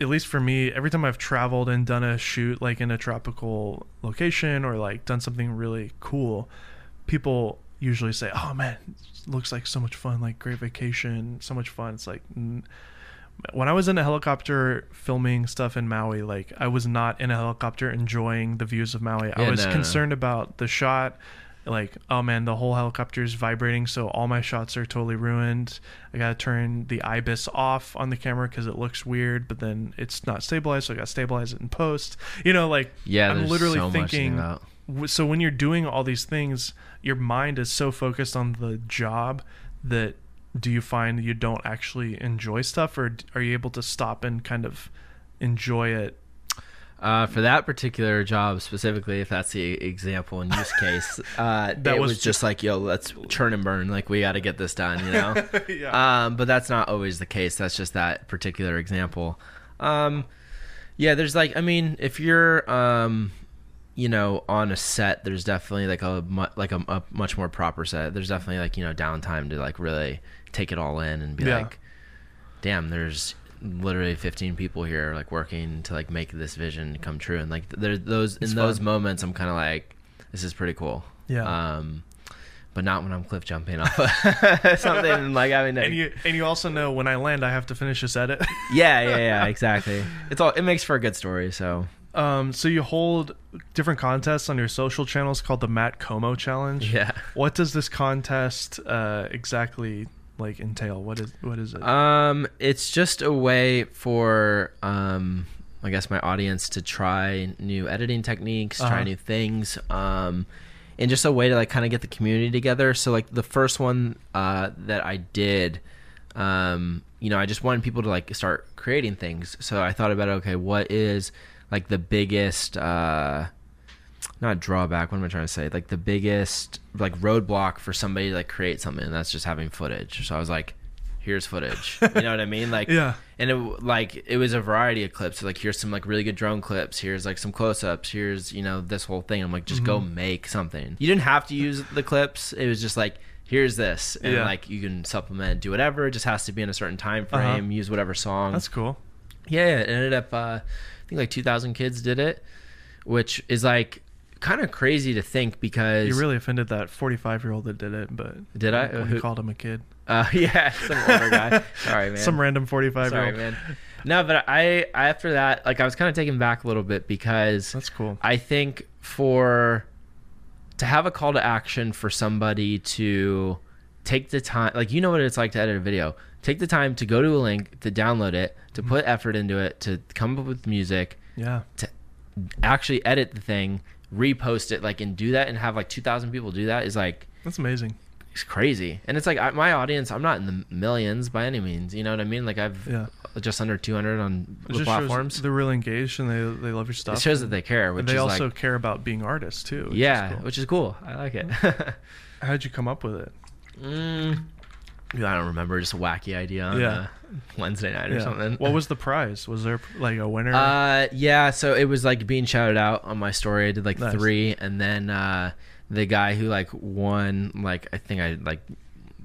[SPEAKER 2] at least for me, every time I've traveled and done a shoot like in a tropical location or like done something really cool, people usually say, "Oh man, looks like so much fun! Like great vacation, so much fun." It's like n- when I was in a helicopter filming stuff in Maui, like I was not in a helicopter enjoying the views of Maui. I
[SPEAKER 1] Yeah,
[SPEAKER 2] was
[SPEAKER 1] no, no.
[SPEAKER 2] concerned about the shot. Like, oh man, the whole helicopter is vibrating, so all my shots are totally ruined. I gotta turn the ibis off on the camera because it looks weird, but then it's not stabilized, so I gotta stabilize it in post. You know, like
[SPEAKER 1] Yeah,
[SPEAKER 2] I'm
[SPEAKER 1] there's
[SPEAKER 2] literally
[SPEAKER 1] so much to think
[SPEAKER 2] thinking
[SPEAKER 1] about.
[SPEAKER 2] w- so when you're doing all these things your mind is so focused on the job that do you find you don't actually enjoy stuff or d- are you able to stop and kind of enjoy it
[SPEAKER 1] Uh, for that particular job specifically, if that's the example and use case, uh,
[SPEAKER 2] That
[SPEAKER 1] it
[SPEAKER 2] was
[SPEAKER 1] was, just,
[SPEAKER 2] just-
[SPEAKER 1] like, yo, let's churn and burn. Like, we got to get this done, you know?
[SPEAKER 2] yeah
[SPEAKER 1] um, but that's not always the case. That's just that particular example. Um, yeah, there's like, I mean, if you're, um, you know, on a set, there's definitely like a mu- like a, a much more proper set. There's definitely like you know downtime to like really take it all in and be
[SPEAKER 2] Yeah.
[SPEAKER 1] like, damn, there's literally 15 people here like working to like make this vision come true. And like there those in
[SPEAKER 2] It's
[SPEAKER 1] those
[SPEAKER 2] fun.
[SPEAKER 1] moments, I'm kind of like, this is pretty cool.
[SPEAKER 2] yeah
[SPEAKER 1] Um, but not when I'm cliff jumping off of something and like having to
[SPEAKER 2] and you and you also know when i land i have to finish this edit
[SPEAKER 1] yeah, yeah, yeah, exactly. It's all it makes for a good story. So
[SPEAKER 2] um so you hold different contests on your social channels called the matt como challenge
[SPEAKER 1] yeah.
[SPEAKER 2] what does this contest uh exactly like entail what is what is it
[SPEAKER 1] Um, it's just a way for um, I guess my audience to try new editing techniques,
[SPEAKER 2] Uh-huh.
[SPEAKER 1] try new things, um, and just a way to like kind of get the community together. So like the first one uh, that I did, um, you know, I just wanted people to like start creating things. So I thought about okay, what is like the biggest. Uh, not drawback. What am I trying to say? Like the biggest like roadblock for somebody to like create something, and that's just having footage. So I was like, here's footage. You know what I mean? Like
[SPEAKER 2] yeah
[SPEAKER 1] and it like it was a variety of clips. So, like here's some like really good drone clips. Here's like some close-ups. Here's you know this whole thing. I'm like just
[SPEAKER 2] Mm-hmm.
[SPEAKER 1] go make something. You didn't have to use the clips. It was just like here's this, and
[SPEAKER 2] Yeah.
[SPEAKER 1] like you can supplement, do whatever. It just has to be in a certain time frame.
[SPEAKER 2] Uh-huh.
[SPEAKER 1] Use whatever song.
[SPEAKER 2] that's cool
[SPEAKER 1] Yeah, yeah, it ended up. Uh, I think like 2,000 kids did it, which is like kind of crazy to think because
[SPEAKER 2] You really offended that 45 year old that did it, but
[SPEAKER 1] Did I?
[SPEAKER 2] When you
[SPEAKER 1] Who-
[SPEAKER 2] called him a kid,
[SPEAKER 1] uh, yeah, some older guy. Sorry, man.
[SPEAKER 2] some random 45 year
[SPEAKER 1] Sorry,
[SPEAKER 2] old.
[SPEAKER 1] man. No, but I, I after that, like I was kind of taken back a little bit because
[SPEAKER 2] That's cool.
[SPEAKER 1] I think for to have a call to action for somebody to take the time, like you know what it's like to edit a video, take the time to go to a link, to download it, to
[SPEAKER 2] Mm-hmm.
[SPEAKER 1] put effort into it, to come up with music,
[SPEAKER 2] Yeah,
[SPEAKER 1] to actually edit the thing, repost it, like and do that, and have like two thousand people do that is like
[SPEAKER 2] that's amazing.
[SPEAKER 1] it's crazy. And it's like I, my audience, I'm not in the millions by any means. You know what I mean? Like I've
[SPEAKER 2] Yeah,
[SPEAKER 1] just under 200 on
[SPEAKER 2] it
[SPEAKER 1] the
[SPEAKER 2] just
[SPEAKER 1] platforms.
[SPEAKER 2] shows they're really engaged and they they love your stuff.
[SPEAKER 1] it shows that they care, which
[SPEAKER 2] And they
[SPEAKER 1] is
[SPEAKER 2] also
[SPEAKER 1] like
[SPEAKER 2] care about being artists too. which is
[SPEAKER 1] yeah,
[SPEAKER 2] cool.
[SPEAKER 1] which is cool. I like it.
[SPEAKER 2] How'd you come up with it?
[SPEAKER 1] mm, I don't remember. Just a wacky idea on
[SPEAKER 2] Yeah.
[SPEAKER 1] a Wednesday night or
[SPEAKER 2] Yeah.
[SPEAKER 1] something.
[SPEAKER 2] What was the prize? Was there like a winner?
[SPEAKER 1] Uh, yeah. So it was like being shouted out on my story. I did like
[SPEAKER 2] Nice.
[SPEAKER 1] three, and then uh, the guy who like won, like I think I like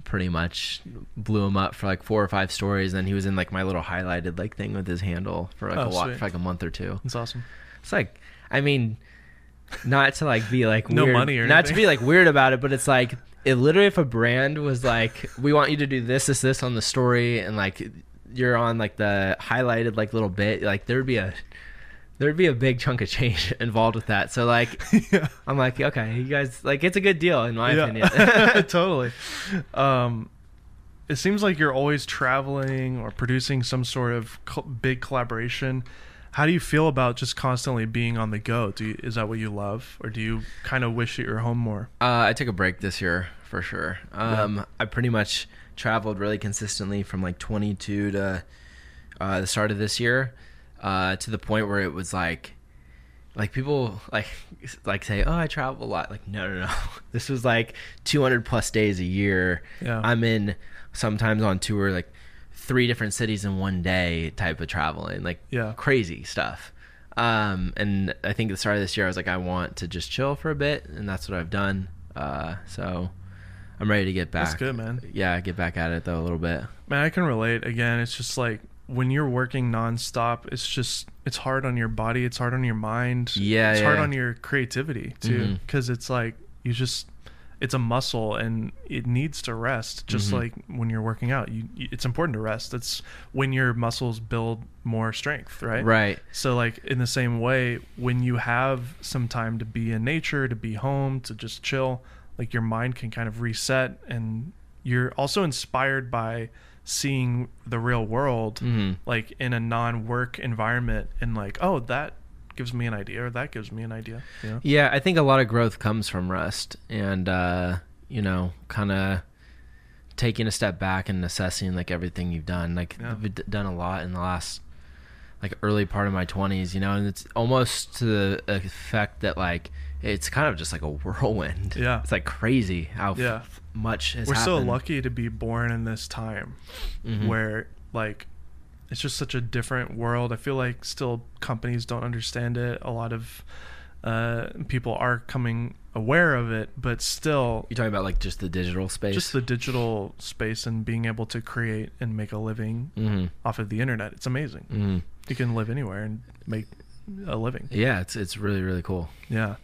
[SPEAKER 1] pretty much blew him up for like four or five stories. And then he was in like my little highlighted like thing with his handle for like
[SPEAKER 2] Oh,
[SPEAKER 1] a walk
[SPEAKER 2] sweet.
[SPEAKER 1] for like a month or two.
[SPEAKER 2] that's awesome.
[SPEAKER 1] It's like, I mean, not to like be like
[SPEAKER 2] No
[SPEAKER 1] weird,
[SPEAKER 2] money or
[SPEAKER 1] not to
[SPEAKER 2] anything.
[SPEAKER 1] be like weird about it, but it's like it literally if a brand was like, we want you to do this, this, this on the story, and like you're on like the highlighted like little bit, like there'd be a there'd be a big chunk of change involved with that. So like,
[SPEAKER 2] yeah.
[SPEAKER 1] I'm like, okay, you guys, like it's a good deal in my opinion.
[SPEAKER 2] totally. Um, it seems like you're always traveling or producing some sort of co- big collaboration. How do you feel about just constantly being on the go? Do you, is that what you love, or do you kind of wish that you're home more?
[SPEAKER 1] Uh, I took a break this year for sure. Um, I pretty much traveled really consistently from like 22 to uh, the start of this year uh, to the point where it was like, like people like like say, oh, I travel a lot. Like, no, no, no. This was like 200 plus days a year.
[SPEAKER 2] Yeah.
[SPEAKER 1] I'm in sometimes on tour like three different cities in one day type of traveling. Like,
[SPEAKER 2] Yeah.
[SPEAKER 1] crazy stuff. Um, and I think at the start of this year, I was like, I want to just chill for a bit, and that's what I've done. Uh, so I'm ready to get back.
[SPEAKER 2] That's good, man.
[SPEAKER 1] Yeah, get back at it though a little bit.
[SPEAKER 2] Man, I can relate. Again, it's just like when you're working nonstop, it's just it's hard on your body, it's hard on your mind,
[SPEAKER 1] Yeah,
[SPEAKER 2] it's
[SPEAKER 1] yeah.
[SPEAKER 2] hard
[SPEAKER 1] Mm-hmm.
[SPEAKER 2] on your creativity too, because it's like you just it's a muscle and it needs to rest. Just
[SPEAKER 1] Mm-hmm.
[SPEAKER 2] like when you're working out, you you- it's important to rest. That's when your muscles build more strength, right?
[SPEAKER 1] Right.
[SPEAKER 2] So like in the same way, when you have some time to be in nature, to be home, to just chill, like your mind can kind of reset and you're also inspired by seeing the real world
[SPEAKER 1] Mhm.
[SPEAKER 2] like in a non-work environment and like, oh, that gives me an idea or that gives me an idea, you know?
[SPEAKER 1] Yeah, I think a lot of growth comes from rest and uh, you know, kind of taking a step back and assessing like everything you've done. Like
[SPEAKER 2] Yeah.
[SPEAKER 1] we've d- done a lot in the last like early part of my 20s, you know, and it's almost to the effect that like it's kind of just like a whirlwind.
[SPEAKER 2] Yeah.
[SPEAKER 1] It's like crazy how f-
[SPEAKER 2] Yeah.
[SPEAKER 1] much has
[SPEAKER 2] We're so
[SPEAKER 1] happened.
[SPEAKER 2] lucky to be born in this time
[SPEAKER 1] Mhm.
[SPEAKER 2] where like it's just such a different world. I feel like still companies don't understand it. A lot of uh, people are coming aware of it, but still
[SPEAKER 1] You're talking about like just the digital space.
[SPEAKER 2] just the digital space and being able to create and make a living
[SPEAKER 1] Mhm.
[SPEAKER 2] off of the internet. It's amazing.
[SPEAKER 1] Mhm.
[SPEAKER 2] You can live anywhere and make a living.
[SPEAKER 1] Yeah, it's it's really really cool.
[SPEAKER 2] Yeah.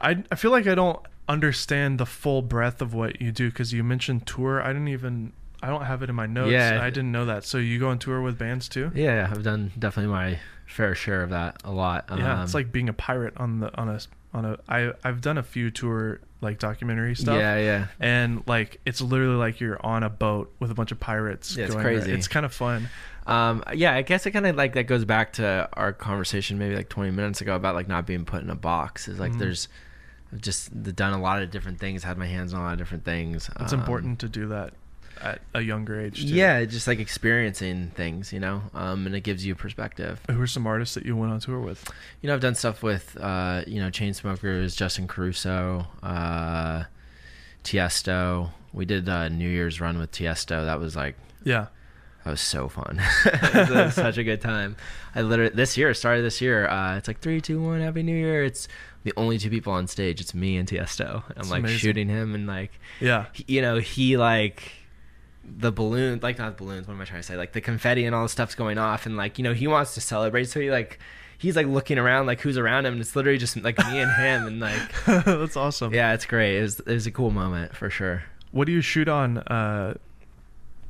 [SPEAKER 2] I, I feel like I don't understand the full breadth of what you do because you mentioned tour. I didn't even, I don't have it in my notes.
[SPEAKER 1] Yeah.
[SPEAKER 2] I didn't know that. So you go on tour with bands too?
[SPEAKER 1] Yeah, I've done definitely my fair share of that a lot.
[SPEAKER 2] Yeah, it's
[SPEAKER 1] Um,
[SPEAKER 2] like being a pirate on the on a on a. I I've done a few tour like documentary stuff.
[SPEAKER 1] Yeah, yeah.
[SPEAKER 2] And like it's literally like you're on a boat with a bunch of pirates.
[SPEAKER 1] Yeah, it's
[SPEAKER 2] around.
[SPEAKER 1] crazy.
[SPEAKER 2] It's kind of fun.
[SPEAKER 1] Um, yeah, I guess it kind of like that goes back to our conversation maybe like 20 minutes ago about like not being put in a box. Is like
[SPEAKER 2] Mhm.
[SPEAKER 1] there's I've just done a lot of different things, had my hands on a lot of different things.
[SPEAKER 2] It's
[SPEAKER 1] Um,
[SPEAKER 2] important to do that at a younger age. Too.
[SPEAKER 1] Yeah, just like experiencing things, you know, um, and it gives you perspective.
[SPEAKER 2] Who are some artists that you went on tour with?
[SPEAKER 1] You know, I've done stuff with, uh, you know, Chainsmokers, Justin Caruso, uh, Tiesto. We did a New Year's run with Tiesto. That was like
[SPEAKER 2] Yeah.
[SPEAKER 1] That was so fun. it was uh, such a good time. I literally this year started this year. Uh, it's like three, two, one, Happy New Year. It's the only two people on stage. It's me and Tiesto. I'm
[SPEAKER 2] That's
[SPEAKER 1] like
[SPEAKER 2] amazing.
[SPEAKER 1] shooting him and like
[SPEAKER 2] Yeah.
[SPEAKER 1] he- you know he like the balloon like not balloons. What am I trying to say? Like the confetti and all the stuff's going off and like you know he wants to celebrate. So he like he's like looking around like who's around him. And it's literally just like me and him and like
[SPEAKER 2] That's awesome.
[SPEAKER 1] yeah, it's great. It was it was a cool moment for sure.
[SPEAKER 2] What do you shoot on uh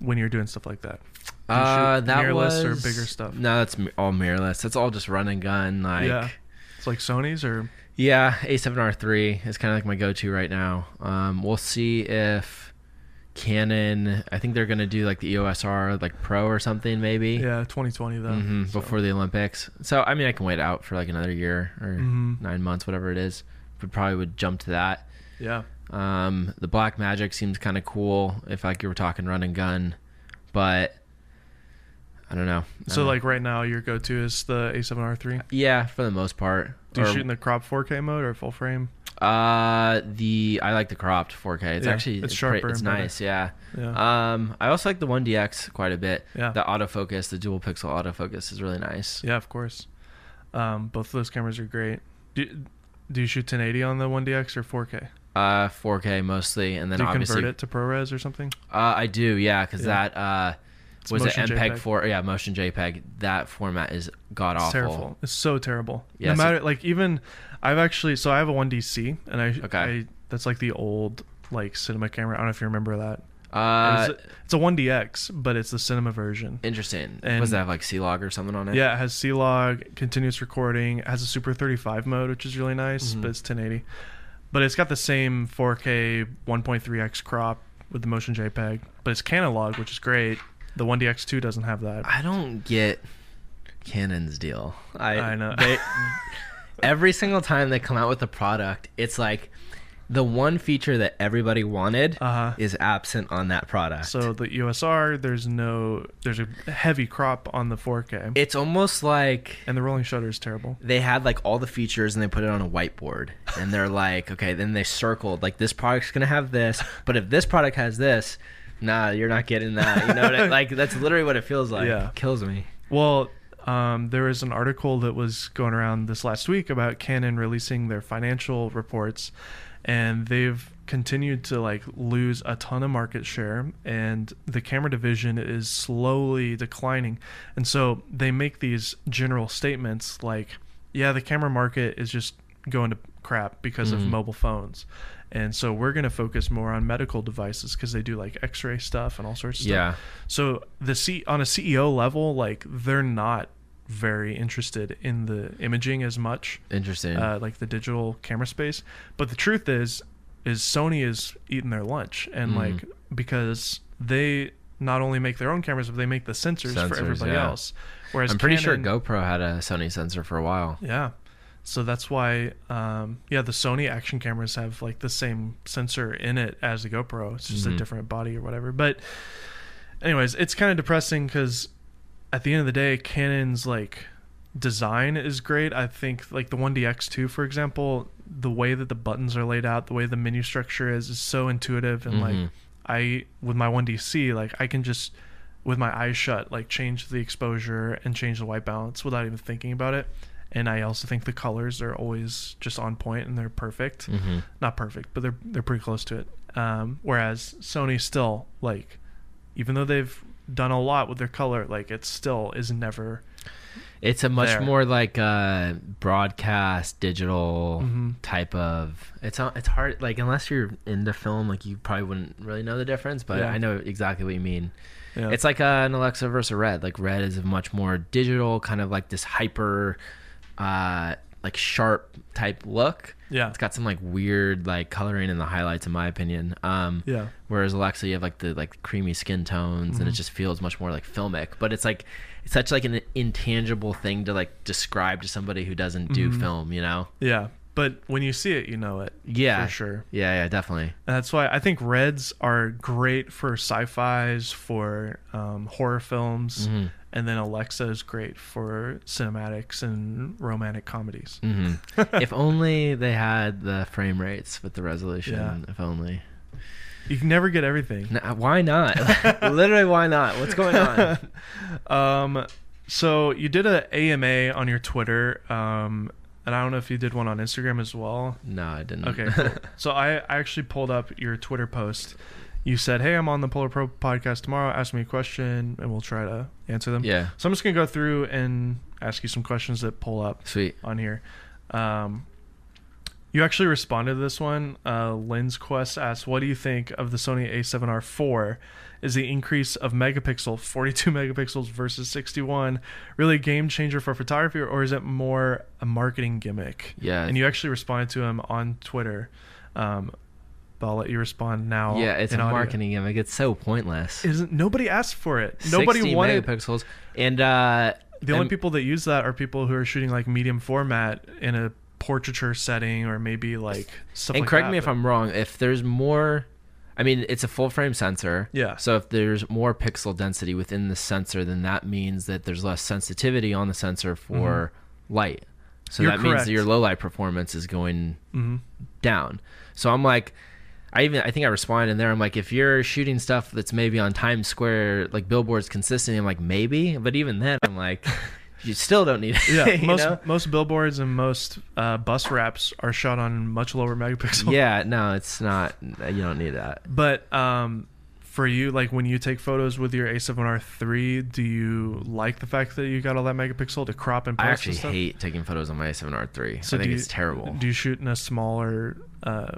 [SPEAKER 2] when you're doing stuff like that? Do you shoot
[SPEAKER 1] Uh, that was
[SPEAKER 2] mirrorless or bigger stuff?
[SPEAKER 1] No, that's mi- all mirrorless. That's all just run and gun. Like,
[SPEAKER 2] Yeah.
[SPEAKER 1] yeah,
[SPEAKER 2] It's like Sony's or
[SPEAKER 1] A7R3 is kind of like my go-to right now. Um, we'll see if Canon. I think they're gonna do like the EOS R like Pro or something maybe.
[SPEAKER 2] yeah, 2020 though.
[SPEAKER 1] hmm
[SPEAKER 2] so.
[SPEAKER 1] Before the Olympics, so I mean, I can wait out for like another year or
[SPEAKER 2] Mhm.
[SPEAKER 1] nine months, whatever it is. But probably would jump to that.
[SPEAKER 2] Yeah.
[SPEAKER 1] Um, the black magic seems kind of cool if like you were talking run and gun, but I don't know. I
[SPEAKER 2] So
[SPEAKER 1] don't know.
[SPEAKER 2] like right now, your go-to is the A7R3.
[SPEAKER 1] Yeah, for the most part.
[SPEAKER 2] Do you
[SPEAKER 1] Or,
[SPEAKER 2] shoot in the crop 4K mode or full frame?
[SPEAKER 1] uh the I like the cropped 4K. It's
[SPEAKER 2] Yeah,
[SPEAKER 1] actually
[SPEAKER 2] it's
[SPEAKER 1] it's,
[SPEAKER 2] sharper
[SPEAKER 1] pretty, it's
[SPEAKER 2] and better.
[SPEAKER 1] nice, yeah.
[SPEAKER 2] Yeah.
[SPEAKER 1] Um I also like the 1DX quite a bit.
[SPEAKER 2] Yeah.
[SPEAKER 1] The autofocus, the dual pixel autofocus is really nice.
[SPEAKER 2] yeah, of course. Um, both of those cameras are great. Do, do you shoot 1080 on the 1DX or 4K?
[SPEAKER 1] Uh 4K mostly and then
[SPEAKER 2] do you
[SPEAKER 1] obviously
[SPEAKER 2] convert it to ProRes or something?
[SPEAKER 1] Uh I do, yeah, cuz
[SPEAKER 2] Yeah.
[SPEAKER 1] that uh
[SPEAKER 2] It's
[SPEAKER 1] was it
[SPEAKER 2] motion
[SPEAKER 1] MPEG
[SPEAKER 2] JPEG.
[SPEAKER 1] 4 yeah, motion JPEG. That format is god
[SPEAKER 2] It's
[SPEAKER 1] awful.
[SPEAKER 2] terrible. It's so terrible.
[SPEAKER 1] Yeah,
[SPEAKER 2] no
[SPEAKER 1] so-
[SPEAKER 2] matter like even I've actually so I have a 1DC and I
[SPEAKER 1] Okay.
[SPEAKER 2] I that's like the old like cinema camera. I don't know if you remember that.
[SPEAKER 1] Uh
[SPEAKER 2] it's, a, it's a 1DX, but it's the cinema version.
[SPEAKER 1] interesting.
[SPEAKER 2] and-
[SPEAKER 1] was that have, like C log or something on it?
[SPEAKER 2] Yeah, it has C log, continuous recording, it has a super 35 mode, which is really nice,
[SPEAKER 1] Mhm.
[SPEAKER 2] but it's 1080. But it's got the same 4K 1.3x crop with the motion JPEG, but it's Canalog, which is great. The 1DX2 doesn't have that.
[SPEAKER 1] I don't get Canon's deal. I,
[SPEAKER 2] I know.
[SPEAKER 1] They, every single time they come out with a product, it's like the one feature that everybody wanted
[SPEAKER 2] Uh-huh.
[SPEAKER 1] is absent on that product.
[SPEAKER 2] So the USR, there's no, there's a heavy crop on the 4K,
[SPEAKER 1] it's almost like
[SPEAKER 2] and the rolling shutter is terrible.
[SPEAKER 1] they had like all the features and they put it on a whiteboard and they're like, okay, then they circled like this product's gonna have this, but if this product has this, nah, you're not getting that. You know, what I, like that's literally what it feels like.
[SPEAKER 2] Yeah.
[SPEAKER 1] It kills me.
[SPEAKER 2] Well, Um, there was an article that was going around this last week about Canon releasing their financial reports, and they've continued to like lose a ton of market share, and the camera division is slowly declining. And so they make these general statements like, "Yeah, the camera market is just going to crap because of
[SPEAKER 1] Mhm.
[SPEAKER 2] mobile phones." And so we're going to focus more on medical devices because they do like X-ray stuff and all sorts of stuff.
[SPEAKER 1] Yeah.
[SPEAKER 2] So the C on a CEO level, like they're not very interested in the imaging as much,
[SPEAKER 1] Interesting.
[SPEAKER 2] uh, like the digital camera space. But the truth is, is Sony is eating their lunch, and
[SPEAKER 1] Mhm.
[SPEAKER 2] like because they not only make their own cameras, but they make the sensors, for
[SPEAKER 1] Sensors,
[SPEAKER 2] everybody
[SPEAKER 1] yeah.
[SPEAKER 2] else. Whereas
[SPEAKER 1] I'm pretty
[SPEAKER 2] Canon-
[SPEAKER 1] sure GoPro had a Sony sensor for a while.
[SPEAKER 2] yeah. So that's why, um, yeah, the Sony action cameras have like the same sensor in it as the GoPro. It's just a
[SPEAKER 1] Mhm.
[SPEAKER 2] different body or whatever. But, anyways, it's kind of depressing because at the end of the day, Canon's like design is great. I think like the 1DX2, for example, the way that the buttons are laid out, the way the menu structure is, is so intuitive. And like,
[SPEAKER 1] Mhm.
[SPEAKER 2] I, with my 1DC, like, I can just, with my eyes shut, like, change the exposure and change the white balance without even thinking about it. And I also think the colors are always just on point and they're perfect.
[SPEAKER 1] Mhm.
[SPEAKER 2] Not perfect, but they're they're pretty close to it. Um, whereas Sony still like, even though they've done a lot with their color, like it still is never
[SPEAKER 1] It's a much
[SPEAKER 2] There.
[SPEAKER 1] more like uh, broadcast digital
[SPEAKER 2] Mhm.
[SPEAKER 1] type of. It's not- it's hard like unless you're into film, like you probably wouldn't really know the difference. But
[SPEAKER 2] Yeah.
[SPEAKER 1] I know exactly what you mean.
[SPEAKER 2] Yeah.
[SPEAKER 1] It's like uh, an Alexa versus a Red. Like Red is a much more digital, kind of like this hyper, uh, like sharp type look.
[SPEAKER 2] yeah
[SPEAKER 1] It's got some like weird like coloring in the highlights, in my opinion. Um,
[SPEAKER 2] yeah
[SPEAKER 1] Whereas Alexa, you have like the like creamy skin tones, and it
[SPEAKER 2] Mhm.
[SPEAKER 1] just feels much more like filmic. But it's like it's such like an intangible thing to like describe to somebody who doesn't do
[SPEAKER 2] Mhm.
[SPEAKER 1] film, you know?
[SPEAKER 2] yeah. But when you see it, you know it
[SPEAKER 1] Yeah,
[SPEAKER 2] for sure.
[SPEAKER 1] yeah, yeah, definitely.
[SPEAKER 2] And that's why I think reds are great for sci-fi's, for um, horror films,
[SPEAKER 1] Mhm.
[SPEAKER 2] and then Alexa is great for cinematics and romantic comedies.
[SPEAKER 1] hmm if only they had the frame rates with the resolution.
[SPEAKER 2] Yeah.
[SPEAKER 1] If only.
[SPEAKER 2] You can never get everything.
[SPEAKER 1] N- why not? Literally, why not? What's going on?
[SPEAKER 2] um, so you did a AMA on your Twitter, um, and I don't know if you did one on Instagram as well.
[SPEAKER 1] No, I didn't.
[SPEAKER 2] Okay, cool. so I, I actually pulled up your Twitter post. You said, "Hey, I'm on the Polar Pro podcast tomorrow. Ask me a question, and we'll try to answer them."
[SPEAKER 1] yeah,
[SPEAKER 2] So I'm just gonna go through and ask you some questions that pull up
[SPEAKER 1] sweet.
[SPEAKER 2] on here. Um, you actually responded to this one. Uh, Lens Quest asks, "What do you think of the Sony A7R 4? Is the increase of megapixel, 42 megapixels versus 61, really a game changer for photography, or is it more a marketing gimmick?"
[SPEAKER 1] Yeah,
[SPEAKER 2] And you actually responded to him on Twitter. Um, but I'll let you respond now.
[SPEAKER 1] yeah, it's a
[SPEAKER 2] in audio.
[SPEAKER 1] marketing gimmick. It's so pointless.
[SPEAKER 2] Isn't nobody asked for it? Nobody
[SPEAKER 1] 60
[SPEAKER 2] wanted.
[SPEAKER 1] megapixels, and uh,
[SPEAKER 2] The only
[SPEAKER 1] and-
[SPEAKER 2] people that use that are people who are shooting like medium format in a portraiture setting or maybe like stuff
[SPEAKER 1] and
[SPEAKER 2] like
[SPEAKER 1] correct
[SPEAKER 2] that,
[SPEAKER 1] me if
[SPEAKER 2] but-
[SPEAKER 1] I'm wrong. If there's more, I mean, it's a full frame sensor.
[SPEAKER 2] Yeah.
[SPEAKER 1] So if there's more pixel density within the sensor, then that means that there's less sensitivity on the sensor for light. So
[SPEAKER 2] Mm-hmm. You're
[SPEAKER 1] that means
[SPEAKER 2] correct.
[SPEAKER 1] that your low light performance is going
[SPEAKER 2] Mhm.
[SPEAKER 1] down. So I'm like, I even I think I responded in there. I'm like, if you're shooting stuff that's maybe on Times Square, like billboards consistently, I'm like maybe, but even then, I'm like, you still don't need it.
[SPEAKER 2] Yeah,
[SPEAKER 1] you
[SPEAKER 2] most
[SPEAKER 1] know?
[SPEAKER 2] most billboards and most uh, bus wraps are shot on much lower megapixel.
[SPEAKER 1] yeah, no, it's not. You don't need that.
[SPEAKER 2] But um, for you, like when you take photos with your A7R three, do you like the fact that you got all that megapixel to crop and post?
[SPEAKER 1] I
[SPEAKER 2] and
[SPEAKER 1] actually
[SPEAKER 2] stuff?
[SPEAKER 1] hate taking photos on my A7R3.
[SPEAKER 2] So
[SPEAKER 1] I think
[SPEAKER 2] do
[SPEAKER 1] it's
[SPEAKER 2] you-
[SPEAKER 1] terrible.
[SPEAKER 2] Do you shoot in a smaller uh,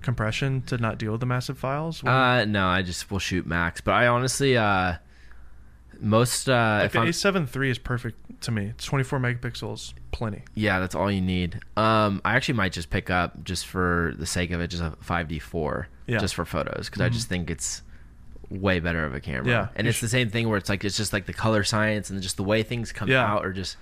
[SPEAKER 2] compression to not deal with the massive files?
[SPEAKER 1] uh, no, I just will shoot max. But I honestly, uh, most uh,
[SPEAKER 2] Like
[SPEAKER 1] if
[SPEAKER 2] the
[SPEAKER 1] I'm,
[SPEAKER 2] A7 III is perfect to me. It's 24 megapixels, plenty.
[SPEAKER 1] yeah, that's all you need. Um, I actually might just pick up just for the sake of it, just a 5D4,
[SPEAKER 2] Yeah.
[SPEAKER 1] just for photos, because I
[SPEAKER 2] Mhm.
[SPEAKER 1] just think it's way better of a camera.
[SPEAKER 2] Yeah,
[SPEAKER 1] and
[SPEAKER 2] you
[SPEAKER 1] it's
[SPEAKER 2] sh-
[SPEAKER 1] the same thing where it's like it's just like the color science and just the way things come
[SPEAKER 2] Yeah.
[SPEAKER 1] out or just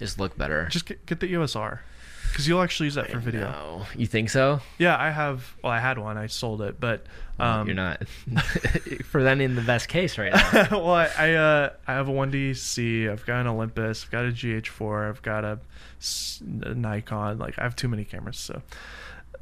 [SPEAKER 1] just look better.
[SPEAKER 2] Just get, get the USR because you'll actually use that for video.
[SPEAKER 1] No. You think so?
[SPEAKER 2] Yeah, I have. Well, I had one. I sold it, but um,
[SPEAKER 1] You're not presenting the best case right now.
[SPEAKER 2] well, I I, uh, I have a 1DC. I've got an Olympus. I've got a GH4. I've got a, s- a Nikon. Like I have too many cameras, so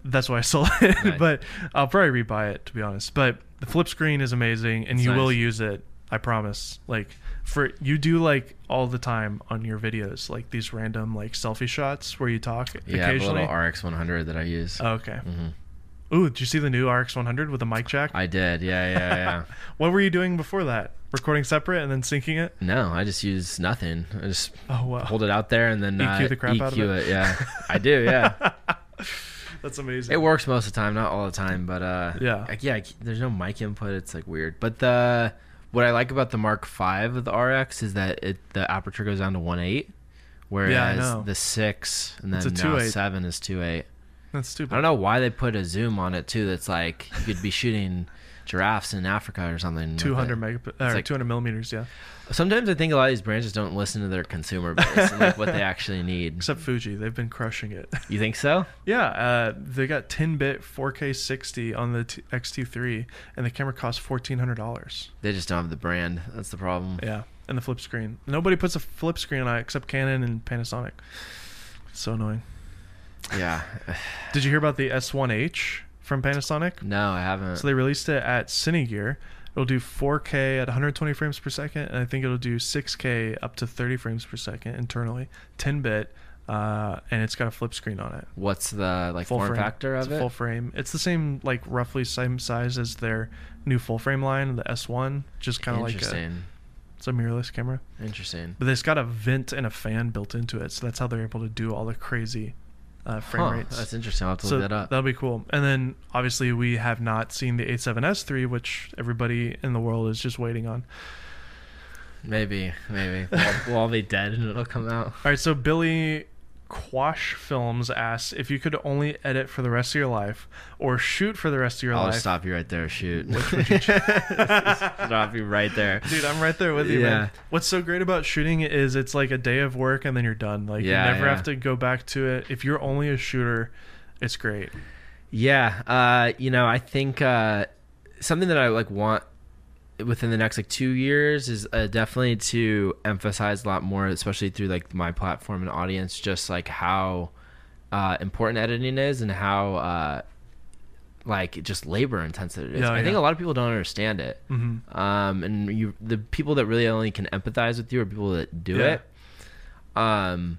[SPEAKER 2] that's why I sold it.
[SPEAKER 1] Nice.
[SPEAKER 2] but I'll probably rebuy it to be honest. But the flip screen is amazing, and
[SPEAKER 1] That's
[SPEAKER 2] you will
[SPEAKER 1] nice.
[SPEAKER 2] use it I promise. Like for you do like all the time on your videos, like these random like selfie shots where you talk
[SPEAKER 1] Yeah, I have a
[SPEAKER 2] occasionally.
[SPEAKER 1] little RX100 that I use. Mm-hmm.
[SPEAKER 2] oh, okay. Ooh, did you see the new RX100 with the mic jack?
[SPEAKER 1] I did. Yeah, yeah, yeah.
[SPEAKER 2] what were you doing before that? Recording separate and then syncing it?
[SPEAKER 1] no, I just use nothing. I just
[SPEAKER 2] Oh wow.
[SPEAKER 1] hold it out there and then
[SPEAKER 2] EQ
[SPEAKER 1] uh,
[SPEAKER 2] E the crap
[SPEAKER 1] EQ
[SPEAKER 2] out of it.
[SPEAKER 1] Yeah, I do. Yeah,
[SPEAKER 2] That's amazing.
[SPEAKER 1] it works most of the time, not all the time, but uh,
[SPEAKER 2] Yeah.
[SPEAKER 1] like, yeah. I c- There's no mic input. It's like weird. But the what I like about the Mark V of the RX is that it the aperture goes down to one eight, whereas
[SPEAKER 2] know.
[SPEAKER 1] the six and then
[SPEAKER 2] It's a
[SPEAKER 1] now
[SPEAKER 2] 2.8.
[SPEAKER 1] seven is two eight.
[SPEAKER 2] That's stupid.
[SPEAKER 1] I don't know why they put a zoom on it too. That's like you could be shooting giraffes in Africa or something. with it.
[SPEAKER 2] 200 megap- or
[SPEAKER 1] like-
[SPEAKER 2] 200 millimeters, yeah.
[SPEAKER 1] Sometimes I think a lot of these brands just don't listen to their consumer base and like what they actually need.
[SPEAKER 2] Except Fuji, they've been crushing it.
[SPEAKER 1] You think so?
[SPEAKER 2] yeah, uh, they got 10-bit 4K 60 on the t- X-T3, and the camera costs fourteen hundred dollars.
[SPEAKER 1] They just don't have the brand. That's the problem.
[SPEAKER 2] Yeah, and the flip screen. Nobody puts a flip screen on it except Canon and Panasonic. It's so annoying.
[SPEAKER 1] Yeah.
[SPEAKER 2] Did you hear about the S1H from Panasonic?
[SPEAKER 1] No, I haven't.
[SPEAKER 2] So they released it at Cinegear. It'll do 4K at 120 frames per second, and I think it'll do 6K up to 30 frames per second internally, 10-bit, uh, and it's got a flip screen on it.
[SPEAKER 1] What's the like form
[SPEAKER 2] frame.
[SPEAKER 1] factor of
[SPEAKER 2] it's a
[SPEAKER 1] it?
[SPEAKER 2] Full frame. It's the same, like roughly same size as their new full frame line, the S1. Just kind of like a,
[SPEAKER 1] Interesting.
[SPEAKER 2] it's a mirrorless camera,
[SPEAKER 1] Interesting.
[SPEAKER 2] but it's got a vent and a fan built into it, so that's how they're able to do all the crazy uh, frame
[SPEAKER 1] Huh,
[SPEAKER 2] rates.
[SPEAKER 1] That's interesting. I'll have to
[SPEAKER 2] so
[SPEAKER 1] look that up.
[SPEAKER 2] that'll be cool. And then obviously we have not seen the 87S3, which everybody in the world is just waiting on.
[SPEAKER 1] Maybe, maybe. We'll, we'll all be dead and it'll come out.
[SPEAKER 2] All right, so Billy Quash Films asks if you could only edit for the rest of your life or shoot for the rest of your
[SPEAKER 1] I'll
[SPEAKER 2] life.
[SPEAKER 1] Oh, stop you right there. Shoot.
[SPEAKER 2] Which would you choose?
[SPEAKER 1] stop you right there.
[SPEAKER 2] Dude, I'm right there with you,
[SPEAKER 1] Yeah.
[SPEAKER 2] man. What's so great about shooting is it's like a day of work and then you're done. Like
[SPEAKER 1] Yeah,
[SPEAKER 2] you never
[SPEAKER 1] yeah.
[SPEAKER 2] have to go back to it. If you're only a shooter, it's great.
[SPEAKER 1] Yeah, uh, you know, I think uh, something that I like want within the next like two years is uh, definitely to emphasize a lot more, especially through like my platform and audience, just like how uh, important editing is and how uh, like just labor intensive it is.
[SPEAKER 2] Yeah,
[SPEAKER 1] I think
[SPEAKER 2] yeah.
[SPEAKER 1] a lot of people don't understand it,
[SPEAKER 2] Mm-hmm.
[SPEAKER 1] um, and you the people that really only can empathize with you are people that do
[SPEAKER 2] Yeah.
[SPEAKER 1] it, um,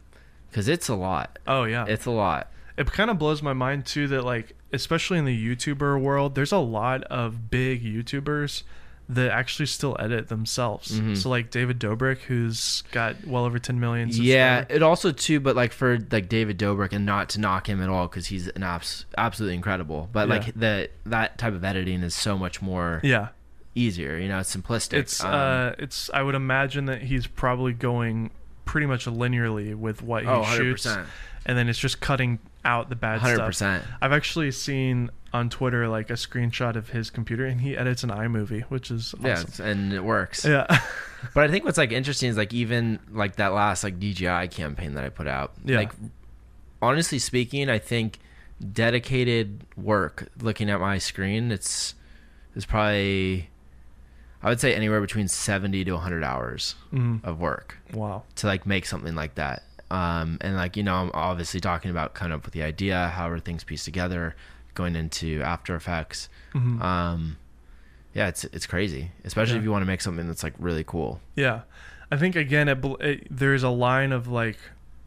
[SPEAKER 1] because it's a lot.
[SPEAKER 2] Oh yeah.
[SPEAKER 1] It's a lot.
[SPEAKER 2] it kind of blows my mind too that like especially in the youtuber world there's a lot of big youtubers that actually still edit themselves
[SPEAKER 1] Mm-hmm.
[SPEAKER 2] so like david dobrik who's got well over 10 million
[SPEAKER 1] Yeah,
[SPEAKER 2] subscribers.
[SPEAKER 1] it also too, but like for like David Dobrik, and not to knock him at all because he's an abs- absolutely incredible. But
[SPEAKER 2] Yeah.
[SPEAKER 1] like the that type of editing is so much more
[SPEAKER 2] yeah
[SPEAKER 1] easier. You know, it's simplistic.
[SPEAKER 2] it's
[SPEAKER 1] Um,
[SPEAKER 2] uh it's i would imagine that he's probably going pretty much linearly with what he
[SPEAKER 1] Oh,
[SPEAKER 2] shoots
[SPEAKER 1] 100%.
[SPEAKER 2] and then it's just cutting out the bad stuff
[SPEAKER 1] 100%.
[SPEAKER 2] I've actually seen on Twitter like a screenshot of his computer, and he edits an iMovie, which is
[SPEAKER 1] Yeah,
[SPEAKER 2] awesome.
[SPEAKER 1] it's- and it works.
[SPEAKER 2] Yeah,
[SPEAKER 1] But I think what's like interesting is like even like that last like DJI campaign that I put out.
[SPEAKER 2] Yeah.
[SPEAKER 1] Like honestly speaking, I think dedicated work looking at my screen, it's it's probably I would say anywhere between seventy to hundred hours
[SPEAKER 2] Mhm.
[SPEAKER 1] of work
[SPEAKER 2] wow.
[SPEAKER 1] to like make something like that. Um, and like you know, I'm obviously talking about coming up with the idea, how are things pieced together, going into After Effects.
[SPEAKER 2] Mhm.
[SPEAKER 1] Um, yeah, it's it's crazy, especially
[SPEAKER 2] Yeah.
[SPEAKER 1] if you want to make something that's like really cool.
[SPEAKER 2] Yeah, I think again, it, bl- it, there's a line of like,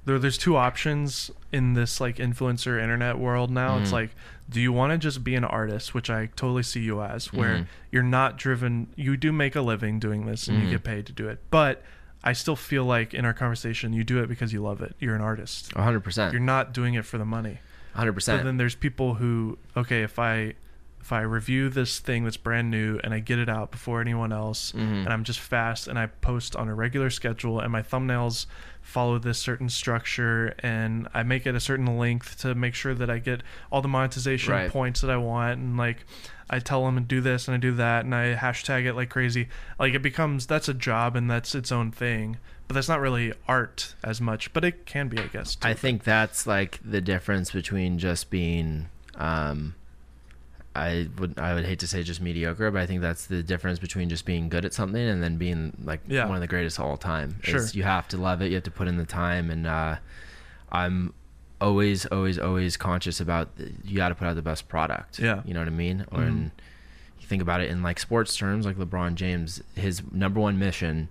[SPEAKER 2] there, there's two options in this like influencer internet world now. It's
[SPEAKER 1] Mhm.
[SPEAKER 2] like, do you want to just be an artist, which I totally see you as, where
[SPEAKER 1] Mhm.
[SPEAKER 2] you're not driven. You do make a living doing this, and
[SPEAKER 1] Mhm.
[SPEAKER 2] you get paid to do it, but I still feel like in our conversation, you do it because you love it. You're an artist.
[SPEAKER 1] hundred
[SPEAKER 2] You're
[SPEAKER 1] percent,
[SPEAKER 2] not doing it for the money.
[SPEAKER 1] hundred
[SPEAKER 2] But
[SPEAKER 1] percent.
[SPEAKER 2] then there's people who okay, if I if I review this thing that's brand new and I get it out before anyone else
[SPEAKER 1] Mhm.
[SPEAKER 2] and I'm just fast and I post on a regular schedule and my thumbnails follow this certain structure and I make it a certain length to make sure that I get all the monetization
[SPEAKER 1] Right.
[SPEAKER 2] points that I want and like I tell them to do this and I do that and I hashtag it like crazy. Like it becomes that's a job and that's its own thing. But that's not really art as much, but it can be, I guess. too.
[SPEAKER 1] I think that's like the difference between just being, um, I would I would hate to say just mediocre, but I think that's the difference between just being good at something and then being like
[SPEAKER 2] Yeah.
[SPEAKER 1] one of the greatest of all time. is
[SPEAKER 2] Sure.
[SPEAKER 1] you have to love it. You have to put in the time, and uh, I'm always, always, always conscious about the, you got to put out the best product.
[SPEAKER 2] Yeah.
[SPEAKER 1] you know what I mean. Or
[SPEAKER 2] Mhm.
[SPEAKER 1] and think about it in like sports terms, like LeBron James, his number one mission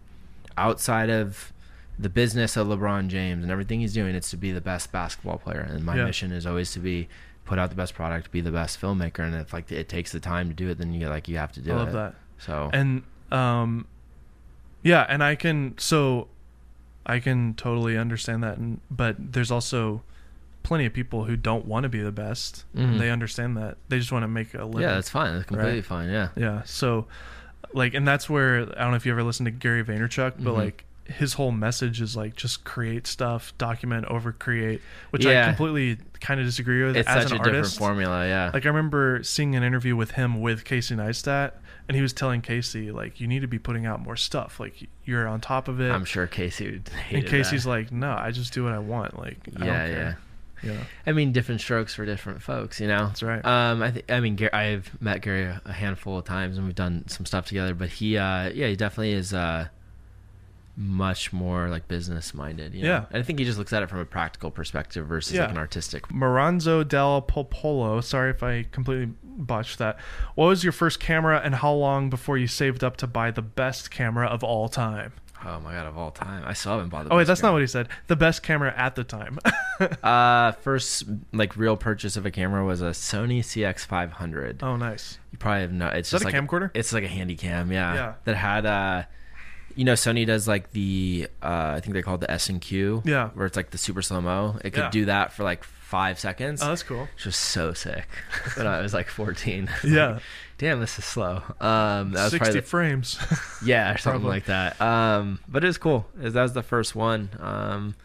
[SPEAKER 1] outside of the business of LeBron James and everything he's doing, it's to be the best basketball player. And my
[SPEAKER 2] Yeah.
[SPEAKER 1] mission is always to be put out the best product, be the best filmmaker. And if like it takes the time to do it, then you like you have to do
[SPEAKER 2] I love
[SPEAKER 1] it.
[SPEAKER 2] that.
[SPEAKER 1] So
[SPEAKER 2] And um, yeah, and I can so I can totally understand that. And, but there's also plenty of people who don't want to be the best.
[SPEAKER 1] Mhm.
[SPEAKER 2] They understand that. They just want to make a living.
[SPEAKER 1] yeah, that's fine. That's completely
[SPEAKER 2] Right.
[SPEAKER 1] fine. Yeah.
[SPEAKER 2] Yeah. So, like, and that's where I don't know if you ever listened to Gary Vaynerchuk, but
[SPEAKER 1] Mhm.
[SPEAKER 2] like his whole message is like just create stuff, document, over create, which I
[SPEAKER 1] Yeah.
[SPEAKER 2] completely kind of disagree with
[SPEAKER 1] It's
[SPEAKER 2] as
[SPEAKER 1] such a
[SPEAKER 2] an
[SPEAKER 1] different
[SPEAKER 2] artist.
[SPEAKER 1] formula. Yeah.
[SPEAKER 2] Like I remember seeing an interview with him with Casey Neistat, and he was telling Casey like you need to be putting out more stuff. Like you're on top of it.
[SPEAKER 1] I'm sure Casey would hate
[SPEAKER 2] and
[SPEAKER 1] it,
[SPEAKER 2] Casey's
[SPEAKER 1] uh,
[SPEAKER 2] like, no, I just do what I want. Like
[SPEAKER 1] yeah,
[SPEAKER 2] I don't
[SPEAKER 1] yeah.
[SPEAKER 2] care. Yeah, yeah.
[SPEAKER 1] I mean, different strokes for different folks, you know.
[SPEAKER 2] That's right.
[SPEAKER 1] Um, I think I mean Gar- I've met Gary a a handful of times and we've done some stuff together, but he, uh, yeah, he definitely is uh, much more like business minded. You know?
[SPEAKER 2] Yeah.
[SPEAKER 1] and I think he just looks at it from a practical perspective versus
[SPEAKER 2] Yeah.
[SPEAKER 1] like an artistic.
[SPEAKER 2] Maranzo del Popolo. Sorry if I completely botched that. What was your first camera, and how long before you saved up to buy the best camera of all time?
[SPEAKER 1] Oh my god, of all time, I still haven't bothered.
[SPEAKER 2] Oh wait, that's not what he said. The best camera at the time.
[SPEAKER 1] Uh, first like real purchase of a camera was a Sony CX500.
[SPEAKER 2] oh nice.
[SPEAKER 1] You probably have no. It's
[SPEAKER 2] Is that
[SPEAKER 1] just
[SPEAKER 2] a
[SPEAKER 1] like
[SPEAKER 2] camcorder?
[SPEAKER 1] It's like a handy cam, yeah.
[SPEAKER 2] Yeah.
[SPEAKER 1] That had uh you know, Sony does like the uh I think they call it the S and Q.
[SPEAKER 2] Yeah.
[SPEAKER 1] Where it's like the super slow mo. It could
[SPEAKER 2] Yeah.
[SPEAKER 1] do that for like five seconds.
[SPEAKER 2] Oh, that's cool.
[SPEAKER 1] which was so sick. when I was like fourteen.
[SPEAKER 2] Yeah,
[SPEAKER 1] Damn, this is slow. Um that was
[SPEAKER 2] sixty
[SPEAKER 1] probably the,
[SPEAKER 2] frames.
[SPEAKER 1] Yeah, or something
[SPEAKER 2] probably.
[SPEAKER 1] like that. Um but it was cool. That was the first one. Um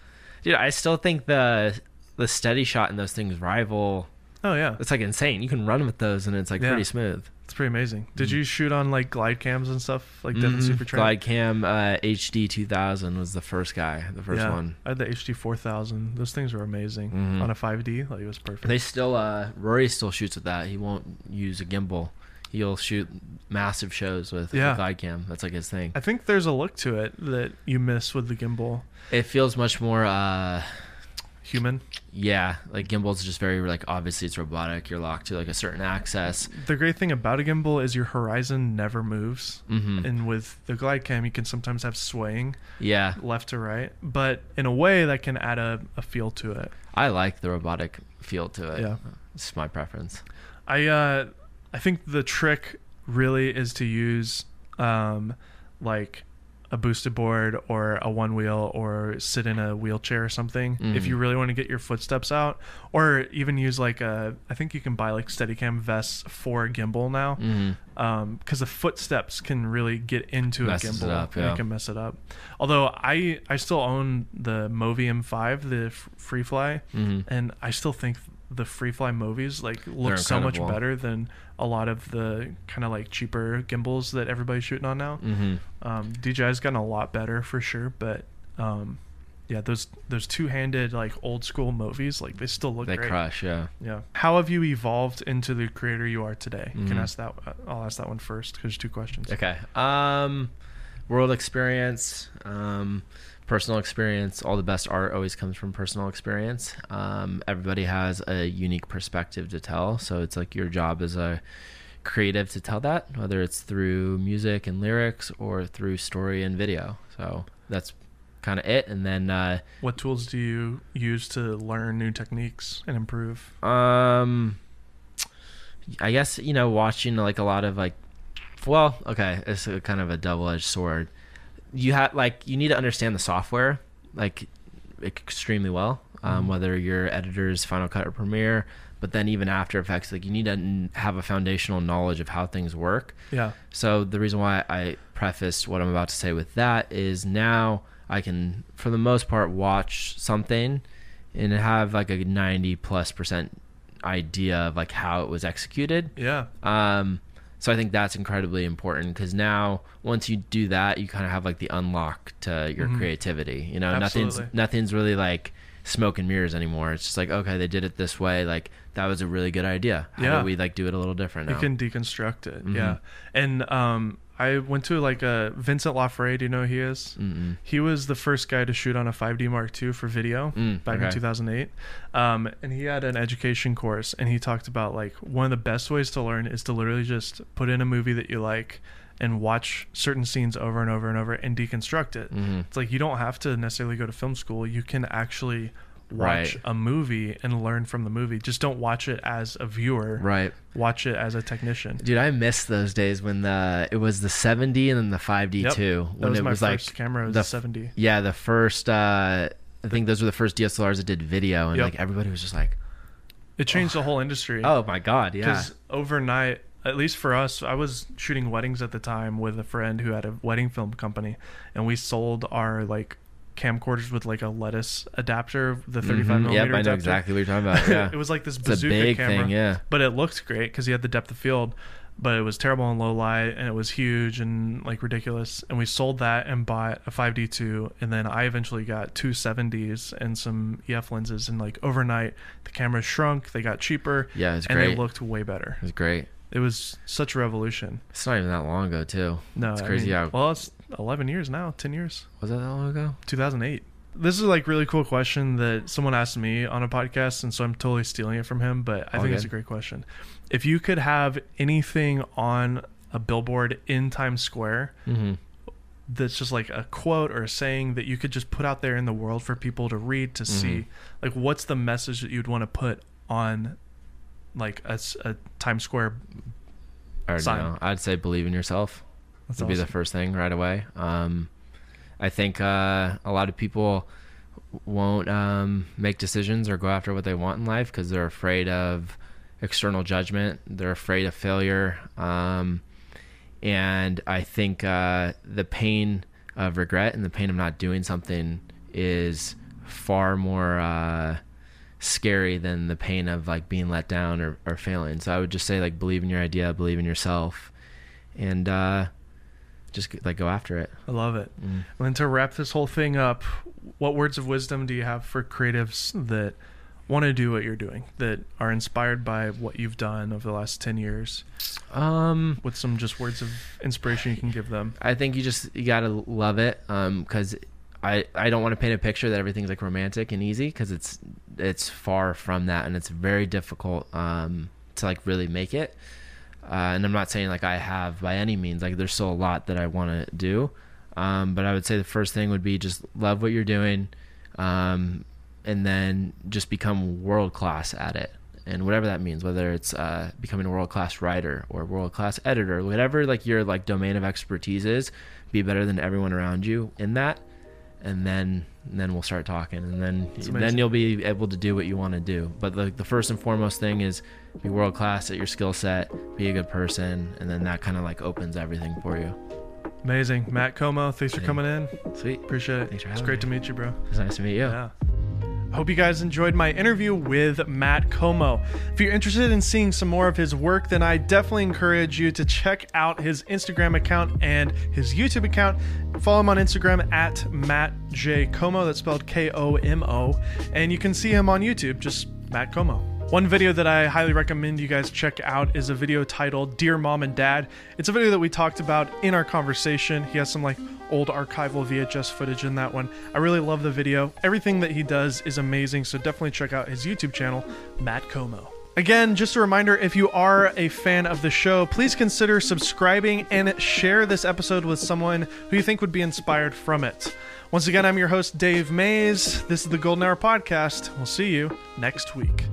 [SPEAKER 1] dude, I still think the the steady shot in those things rival
[SPEAKER 2] oh yeah,
[SPEAKER 1] it's like insane. You can run with those and it's like
[SPEAKER 2] Yeah.
[SPEAKER 1] pretty smooth.
[SPEAKER 2] it's pretty amazing. Did you shoot on like glide cams and stuff like Devin
[SPEAKER 1] Mhm.
[SPEAKER 2] Super
[SPEAKER 1] Mm. Glide Cam uh, HD 2000 was the first guy, the first one.
[SPEAKER 2] I had the HD four thousand. Those things were amazing
[SPEAKER 1] Mhm.
[SPEAKER 2] on a five D. Like it was perfect.
[SPEAKER 1] They still, uh, Rory still shoots with that. He won't use a gimbal. He'll shoot massive shows with
[SPEAKER 2] Yeah.
[SPEAKER 1] the Glide Cam. That's like his thing.
[SPEAKER 2] I think there's a look to it that you miss with the gimbal.
[SPEAKER 1] It feels much more, uh,
[SPEAKER 2] Human.
[SPEAKER 1] yeah, like gimbals just very like obviously it's robotic. You're locked to like a certain access.
[SPEAKER 2] The great thing about a gimbal is your horizon never moves.
[SPEAKER 1] hmm
[SPEAKER 2] And with the glide cam, you can sometimes have swaying
[SPEAKER 1] Yeah,
[SPEAKER 2] left to right, but in a way that can add a, a feel to it.
[SPEAKER 1] I like the robotic feel to it.
[SPEAKER 2] Yeah.
[SPEAKER 1] it's my preference.
[SPEAKER 2] I uh, I think the trick really is to use um, like a boosted board or a one wheel or sit in a wheelchair or something if
[SPEAKER 1] Mhm.
[SPEAKER 2] you really want to get your footsteps out or even use like a I think you can buy like Steadicam vests for a gimbal now
[SPEAKER 1] hmm
[SPEAKER 2] um because the footsteps can really get into
[SPEAKER 1] Messes
[SPEAKER 2] a gimbal
[SPEAKER 1] it up,
[SPEAKER 2] and
[SPEAKER 1] yeah.
[SPEAKER 2] it can mess it up although i i still own the movi m5 the f- free fly
[SPEAKER 1] hmm
[SPEAKER 2] and i still think the free fly movies like look
[SPEAKER 1] They're
[SPEAKER 2] so much
[SPEAKER 1] incredible.
[SPEAKER 2] better than a lot of the kind of like cheaper gimbals that everybody's shooting on now
[SPEAKER 1] hmm
[SPEAKER 2] um dji's gotten a lot better for sure but um yeah those those two-handed like old school movies like they still look
[SPEAKER 1] They
[SPEAKER 2] great
[SPEAKER 1] crush. Yeah.
[SPEAKER 2] yeah. How have you evolved into the creator you are today? You can
[SPEAKER 1] Mhm.
[SPEAKER 2] ask that. uh, I'll ask that one first because there's two questions.
[SPEAKER 1] Okay. Um, world experience, um, personal experience. All the best art always comes from personal experience. Um, everybody has a unique perspective to tell, so it's like your job as a creative to tell that, whether it's through music and lyrics or through story and video. So that's kind of it. And then, uh,
[SPEAKER 2] What tools do you use to learn new techniques and improve?
[SPEAKER 1] um, I guess you know, watching like a lot of like, well, okay, it's a kind of a double-edged sword. you have like you need to understand the software like extremely well um,
[SPEAKER 2] Mhm.
[SPEAKER 1] whether your editors final cut or premiere but then even after effects like you need to n- have a foundational knowledge of how things work
[SPEAKER 2] Yeah.
[SPEAKER 1] so the reason why i prefaced what i'm about to say with that is now i can for the most part watch something and have like a 90 plus percent idea of like how it was executed
[SPEAKER 2] Yeah.
[SPEAKER 1] um, so I think that's incredibly important because now once you do that, you kind of have like the unlock to your
[SPEAKER 2] Mhm.
[SPEAKER 1] creativity. You know, nothing's
[SPEAKER 2] Absolutely.
[SPEAKER 1] nothing's really like smoke and mirrors anymore. It's just like, okay, they did it this way. Like that was a really good idea. How
[SPEAKER 2] Yeah.
[SPEAKER 1] do we like do it a little different now? Mm-hmm.
[SPEAKER 2] You can deconstruct it. Yeah. And um, I went to like a Vincent Lafray. Do you know who he is?
[SPEAKER 1] Mm-mm.
[SPEAKER 2] He was the first guy to shoot on a 5D Mark II for video
[SPEAKER 1] Mm,
[SPEAKER 2] back in
[SPEAKER 1] okay.
[SPEAKER 2] 2008. Um, and he had an education course, and he talked about like one of the best ways to learn is to literally just put in a movie that you like and watch certain scenes over and over and over and deconstruct it.
[SPEAKER 1] Mhm.
[SPEAKER 2] It's like you don't have to necessarily go to film school. You can actually watch
[SPEAKER 1] Right.
[SPEAKER 2] a movie and learn from the movie. Just don't watch it as a viewer
[SPEAKER 1] Right.
[SPEAKER 2] watch it as a technician.
[SPEAKER 1] Dude, I miss those days when the it was the 70 and then the 5D
[SPEAKER 2] Yep.
[SPEAKER 1] too.
[SPEAKER 2] That
[SPEAKER 1] When
[SPEAKER 2] was
[SPEAKER 1] it
[SPEAKER 2] my
[SPEAKER 1] was
[SPEAKER 2] first
[SPEAKER 1] like
[SPEAKER 2] camera. Was
[SPEAKER 1] the
[SPEAKER 2] the
[SPEAKER 1] f-
[SPEAKER 2] 70.
[SPEAKER 1] yeah, the first uh I think those were the first DSLRs that did video and
[SPEAKER 2] Yep.
[SPEAKER 1] like everybody was just like,
[SPEAKER 2] It changed the whole industry.
[SPEAKER 1] "Oh my god, yeah."
[SPEAKER 2] Because overnight, at least for us, I was shooting weddings at the time with a friend who had a wedding film company, and we sold our like camcorders with like a lettuce adapter, the 35
[SPEAKER 1] Mhm.
[SPEAKER 2] millimeter
[SPEAKER 1] Yep, I know
[SPEAKER 2] adapter.
[SPEAKER 1] exactly what you're talking about. Yeah.
[SPEAKER 2] it was like this
[SPEAKER 1] it's a
[SPEAKER 2] bazooka
[SPEAKER 1] big
[SPEAKER 2] camera.
[SPEAKER 1] thing, yeah.
[SPEAKER 2] but it looked great because he had the depth of field but it was terrible in low light and it was huge and like ridiculous and we sold that and bought a 5d2 and then i eventually got two 70s and some ef lenses and like overnight the cameras shrunk they got cheaper
[SPEAKER 1] Yeah, it was
[SPEAKER 2] and
[SPEAKER 1] great.
[SPEAKER 2] they looked way better
[SPEAKER 1] it was great.
[SPEAKER 2] it was such a revolution
[SPEAKER 1] It's not even that long ago, too.
[SPEAKER 2] no
[SPEAKER 1] it's
[SPEAKER 2] I
[SPEAKER 1] crazy
[SPEAKER 2] mean-
[SPEAKER 1] how
[SPEAKER 2] well it's 11 years now 10 years
[SPEAKER 1] was that that long ago?
[SPEAKER 2] 2008 this is like really cool question that someone asked me on a podcast and so i'm totally stealing it from him but i
[SPEAKER 1] All
[SPEAKER 2] think it's a
[SPEAKER 1] good.
[SPEAKER 2] great question if you could have anything on a billboard in times square
[SPEAKER 1] Mm-hmm.
[SPEAKER 2] that's just like a quote or a saying that you could just put out there in the world for people to read to see
[SPEAKER 1] Mm-hmm.
[SPEAKER 2] like what's the message that you'd want to put on like a, s- a times square
[SPEAKER 1] Or
[SPEAKER 2] Sign.
[SPEAKER 1] no, I'd say believe in yourself.
[SPEAKER 2] that's
[SPEAKER 1] would be the
[SPEAKER 2] awesome.
[SPEAKER 1] first thing right away. Um, I think uh, a lot of people won't um, make decisions or go after what they want in life because they're afraid of external judgment. They're afraid of failure. Um, and I think uh, the pain of regret and the pain of not doing something is far more uh, scary than the pain of like being let down or, or failing. So I would just say like believe in your idea, believe in yourself, and uh, just like go after it.
[SPEAKER 2] i love it
[SPEAKER 1] Mm.
[SPEAKER 2] And then to wrap this whole thing up, what words of wisdom do you have for creatives that want to do what you're doing, that are inspired by what you've done over the last 10 years?
[SPEAKER 1] Um,
[SPEAKER 2] With some just words of inspiration you can give them?
[SPEAKER 1] I think you just you gotta love it because I I don't want to paint a picture that everything's like romantic and easy because it's it's far from that and it's very difficult um, to like really make it. Uh, and I'm not saying like I have by any means like there's still a lot that I want to do, um, but I would say the first thing would be just love what you're doing, um, and then just become world class at it. And whatever that means, whether it's uh, becoming a world class writer or world class editor, whatever like your like domain of expertise is, be better than everyone around you in that, and then and then we'll start talking, and then
[SPEAKER 2] That's amazing.
[SPEAKER 1] then you'll be able to do what you want to do. But the, the first and foremost thing is be world class at your skill set, be a good person, and then that kind of like opens everything for you.
[SPEAKER 2] Amazing. Matt Como, thanks for
[SPEAKER 1] Thank-
[SPEAKER 2] coming in.
[SPEAKER 1] Sweet.
[SPEAKER 2] Appreciate it.
[SPEAKER 1] Thanks for
[SPEAKER 2] it's
[SPEAKER 1] having
[SPEAKER 2] great
[SPEAKER 1] me.
[SPEAKER 2] to meet you, bro.
[SPEAKER 1] It's nice to meet you.
[SPEAKER 2] Yeah. I hope you guys enjoyed my interview with Matt Como. If you're interested in seeing some more of his work, then I definitely encourage you to check out his Instagram account and his YouTube account. Follow him on Instagram at Matt J Como, that's spelled K O M O, and you can see him on YouTube, just Matt Como. One video that I highly recommend you guys check out is a video titled Dear Mom and Dad. It's a video that we talked about in our conversation. He has some like old archival VHS footage in that one. I really love the video. Everything that he does is amazing, so definitely check out his YouTube channel, Matt Como. Again, just a reminder if you are a fan of the show, please consider subscribing and share this episode with someone who you think would be inspired from it. Once again, I'm your host, Dave Mays. This is the Golden Hour Podcast. We'll see you next week.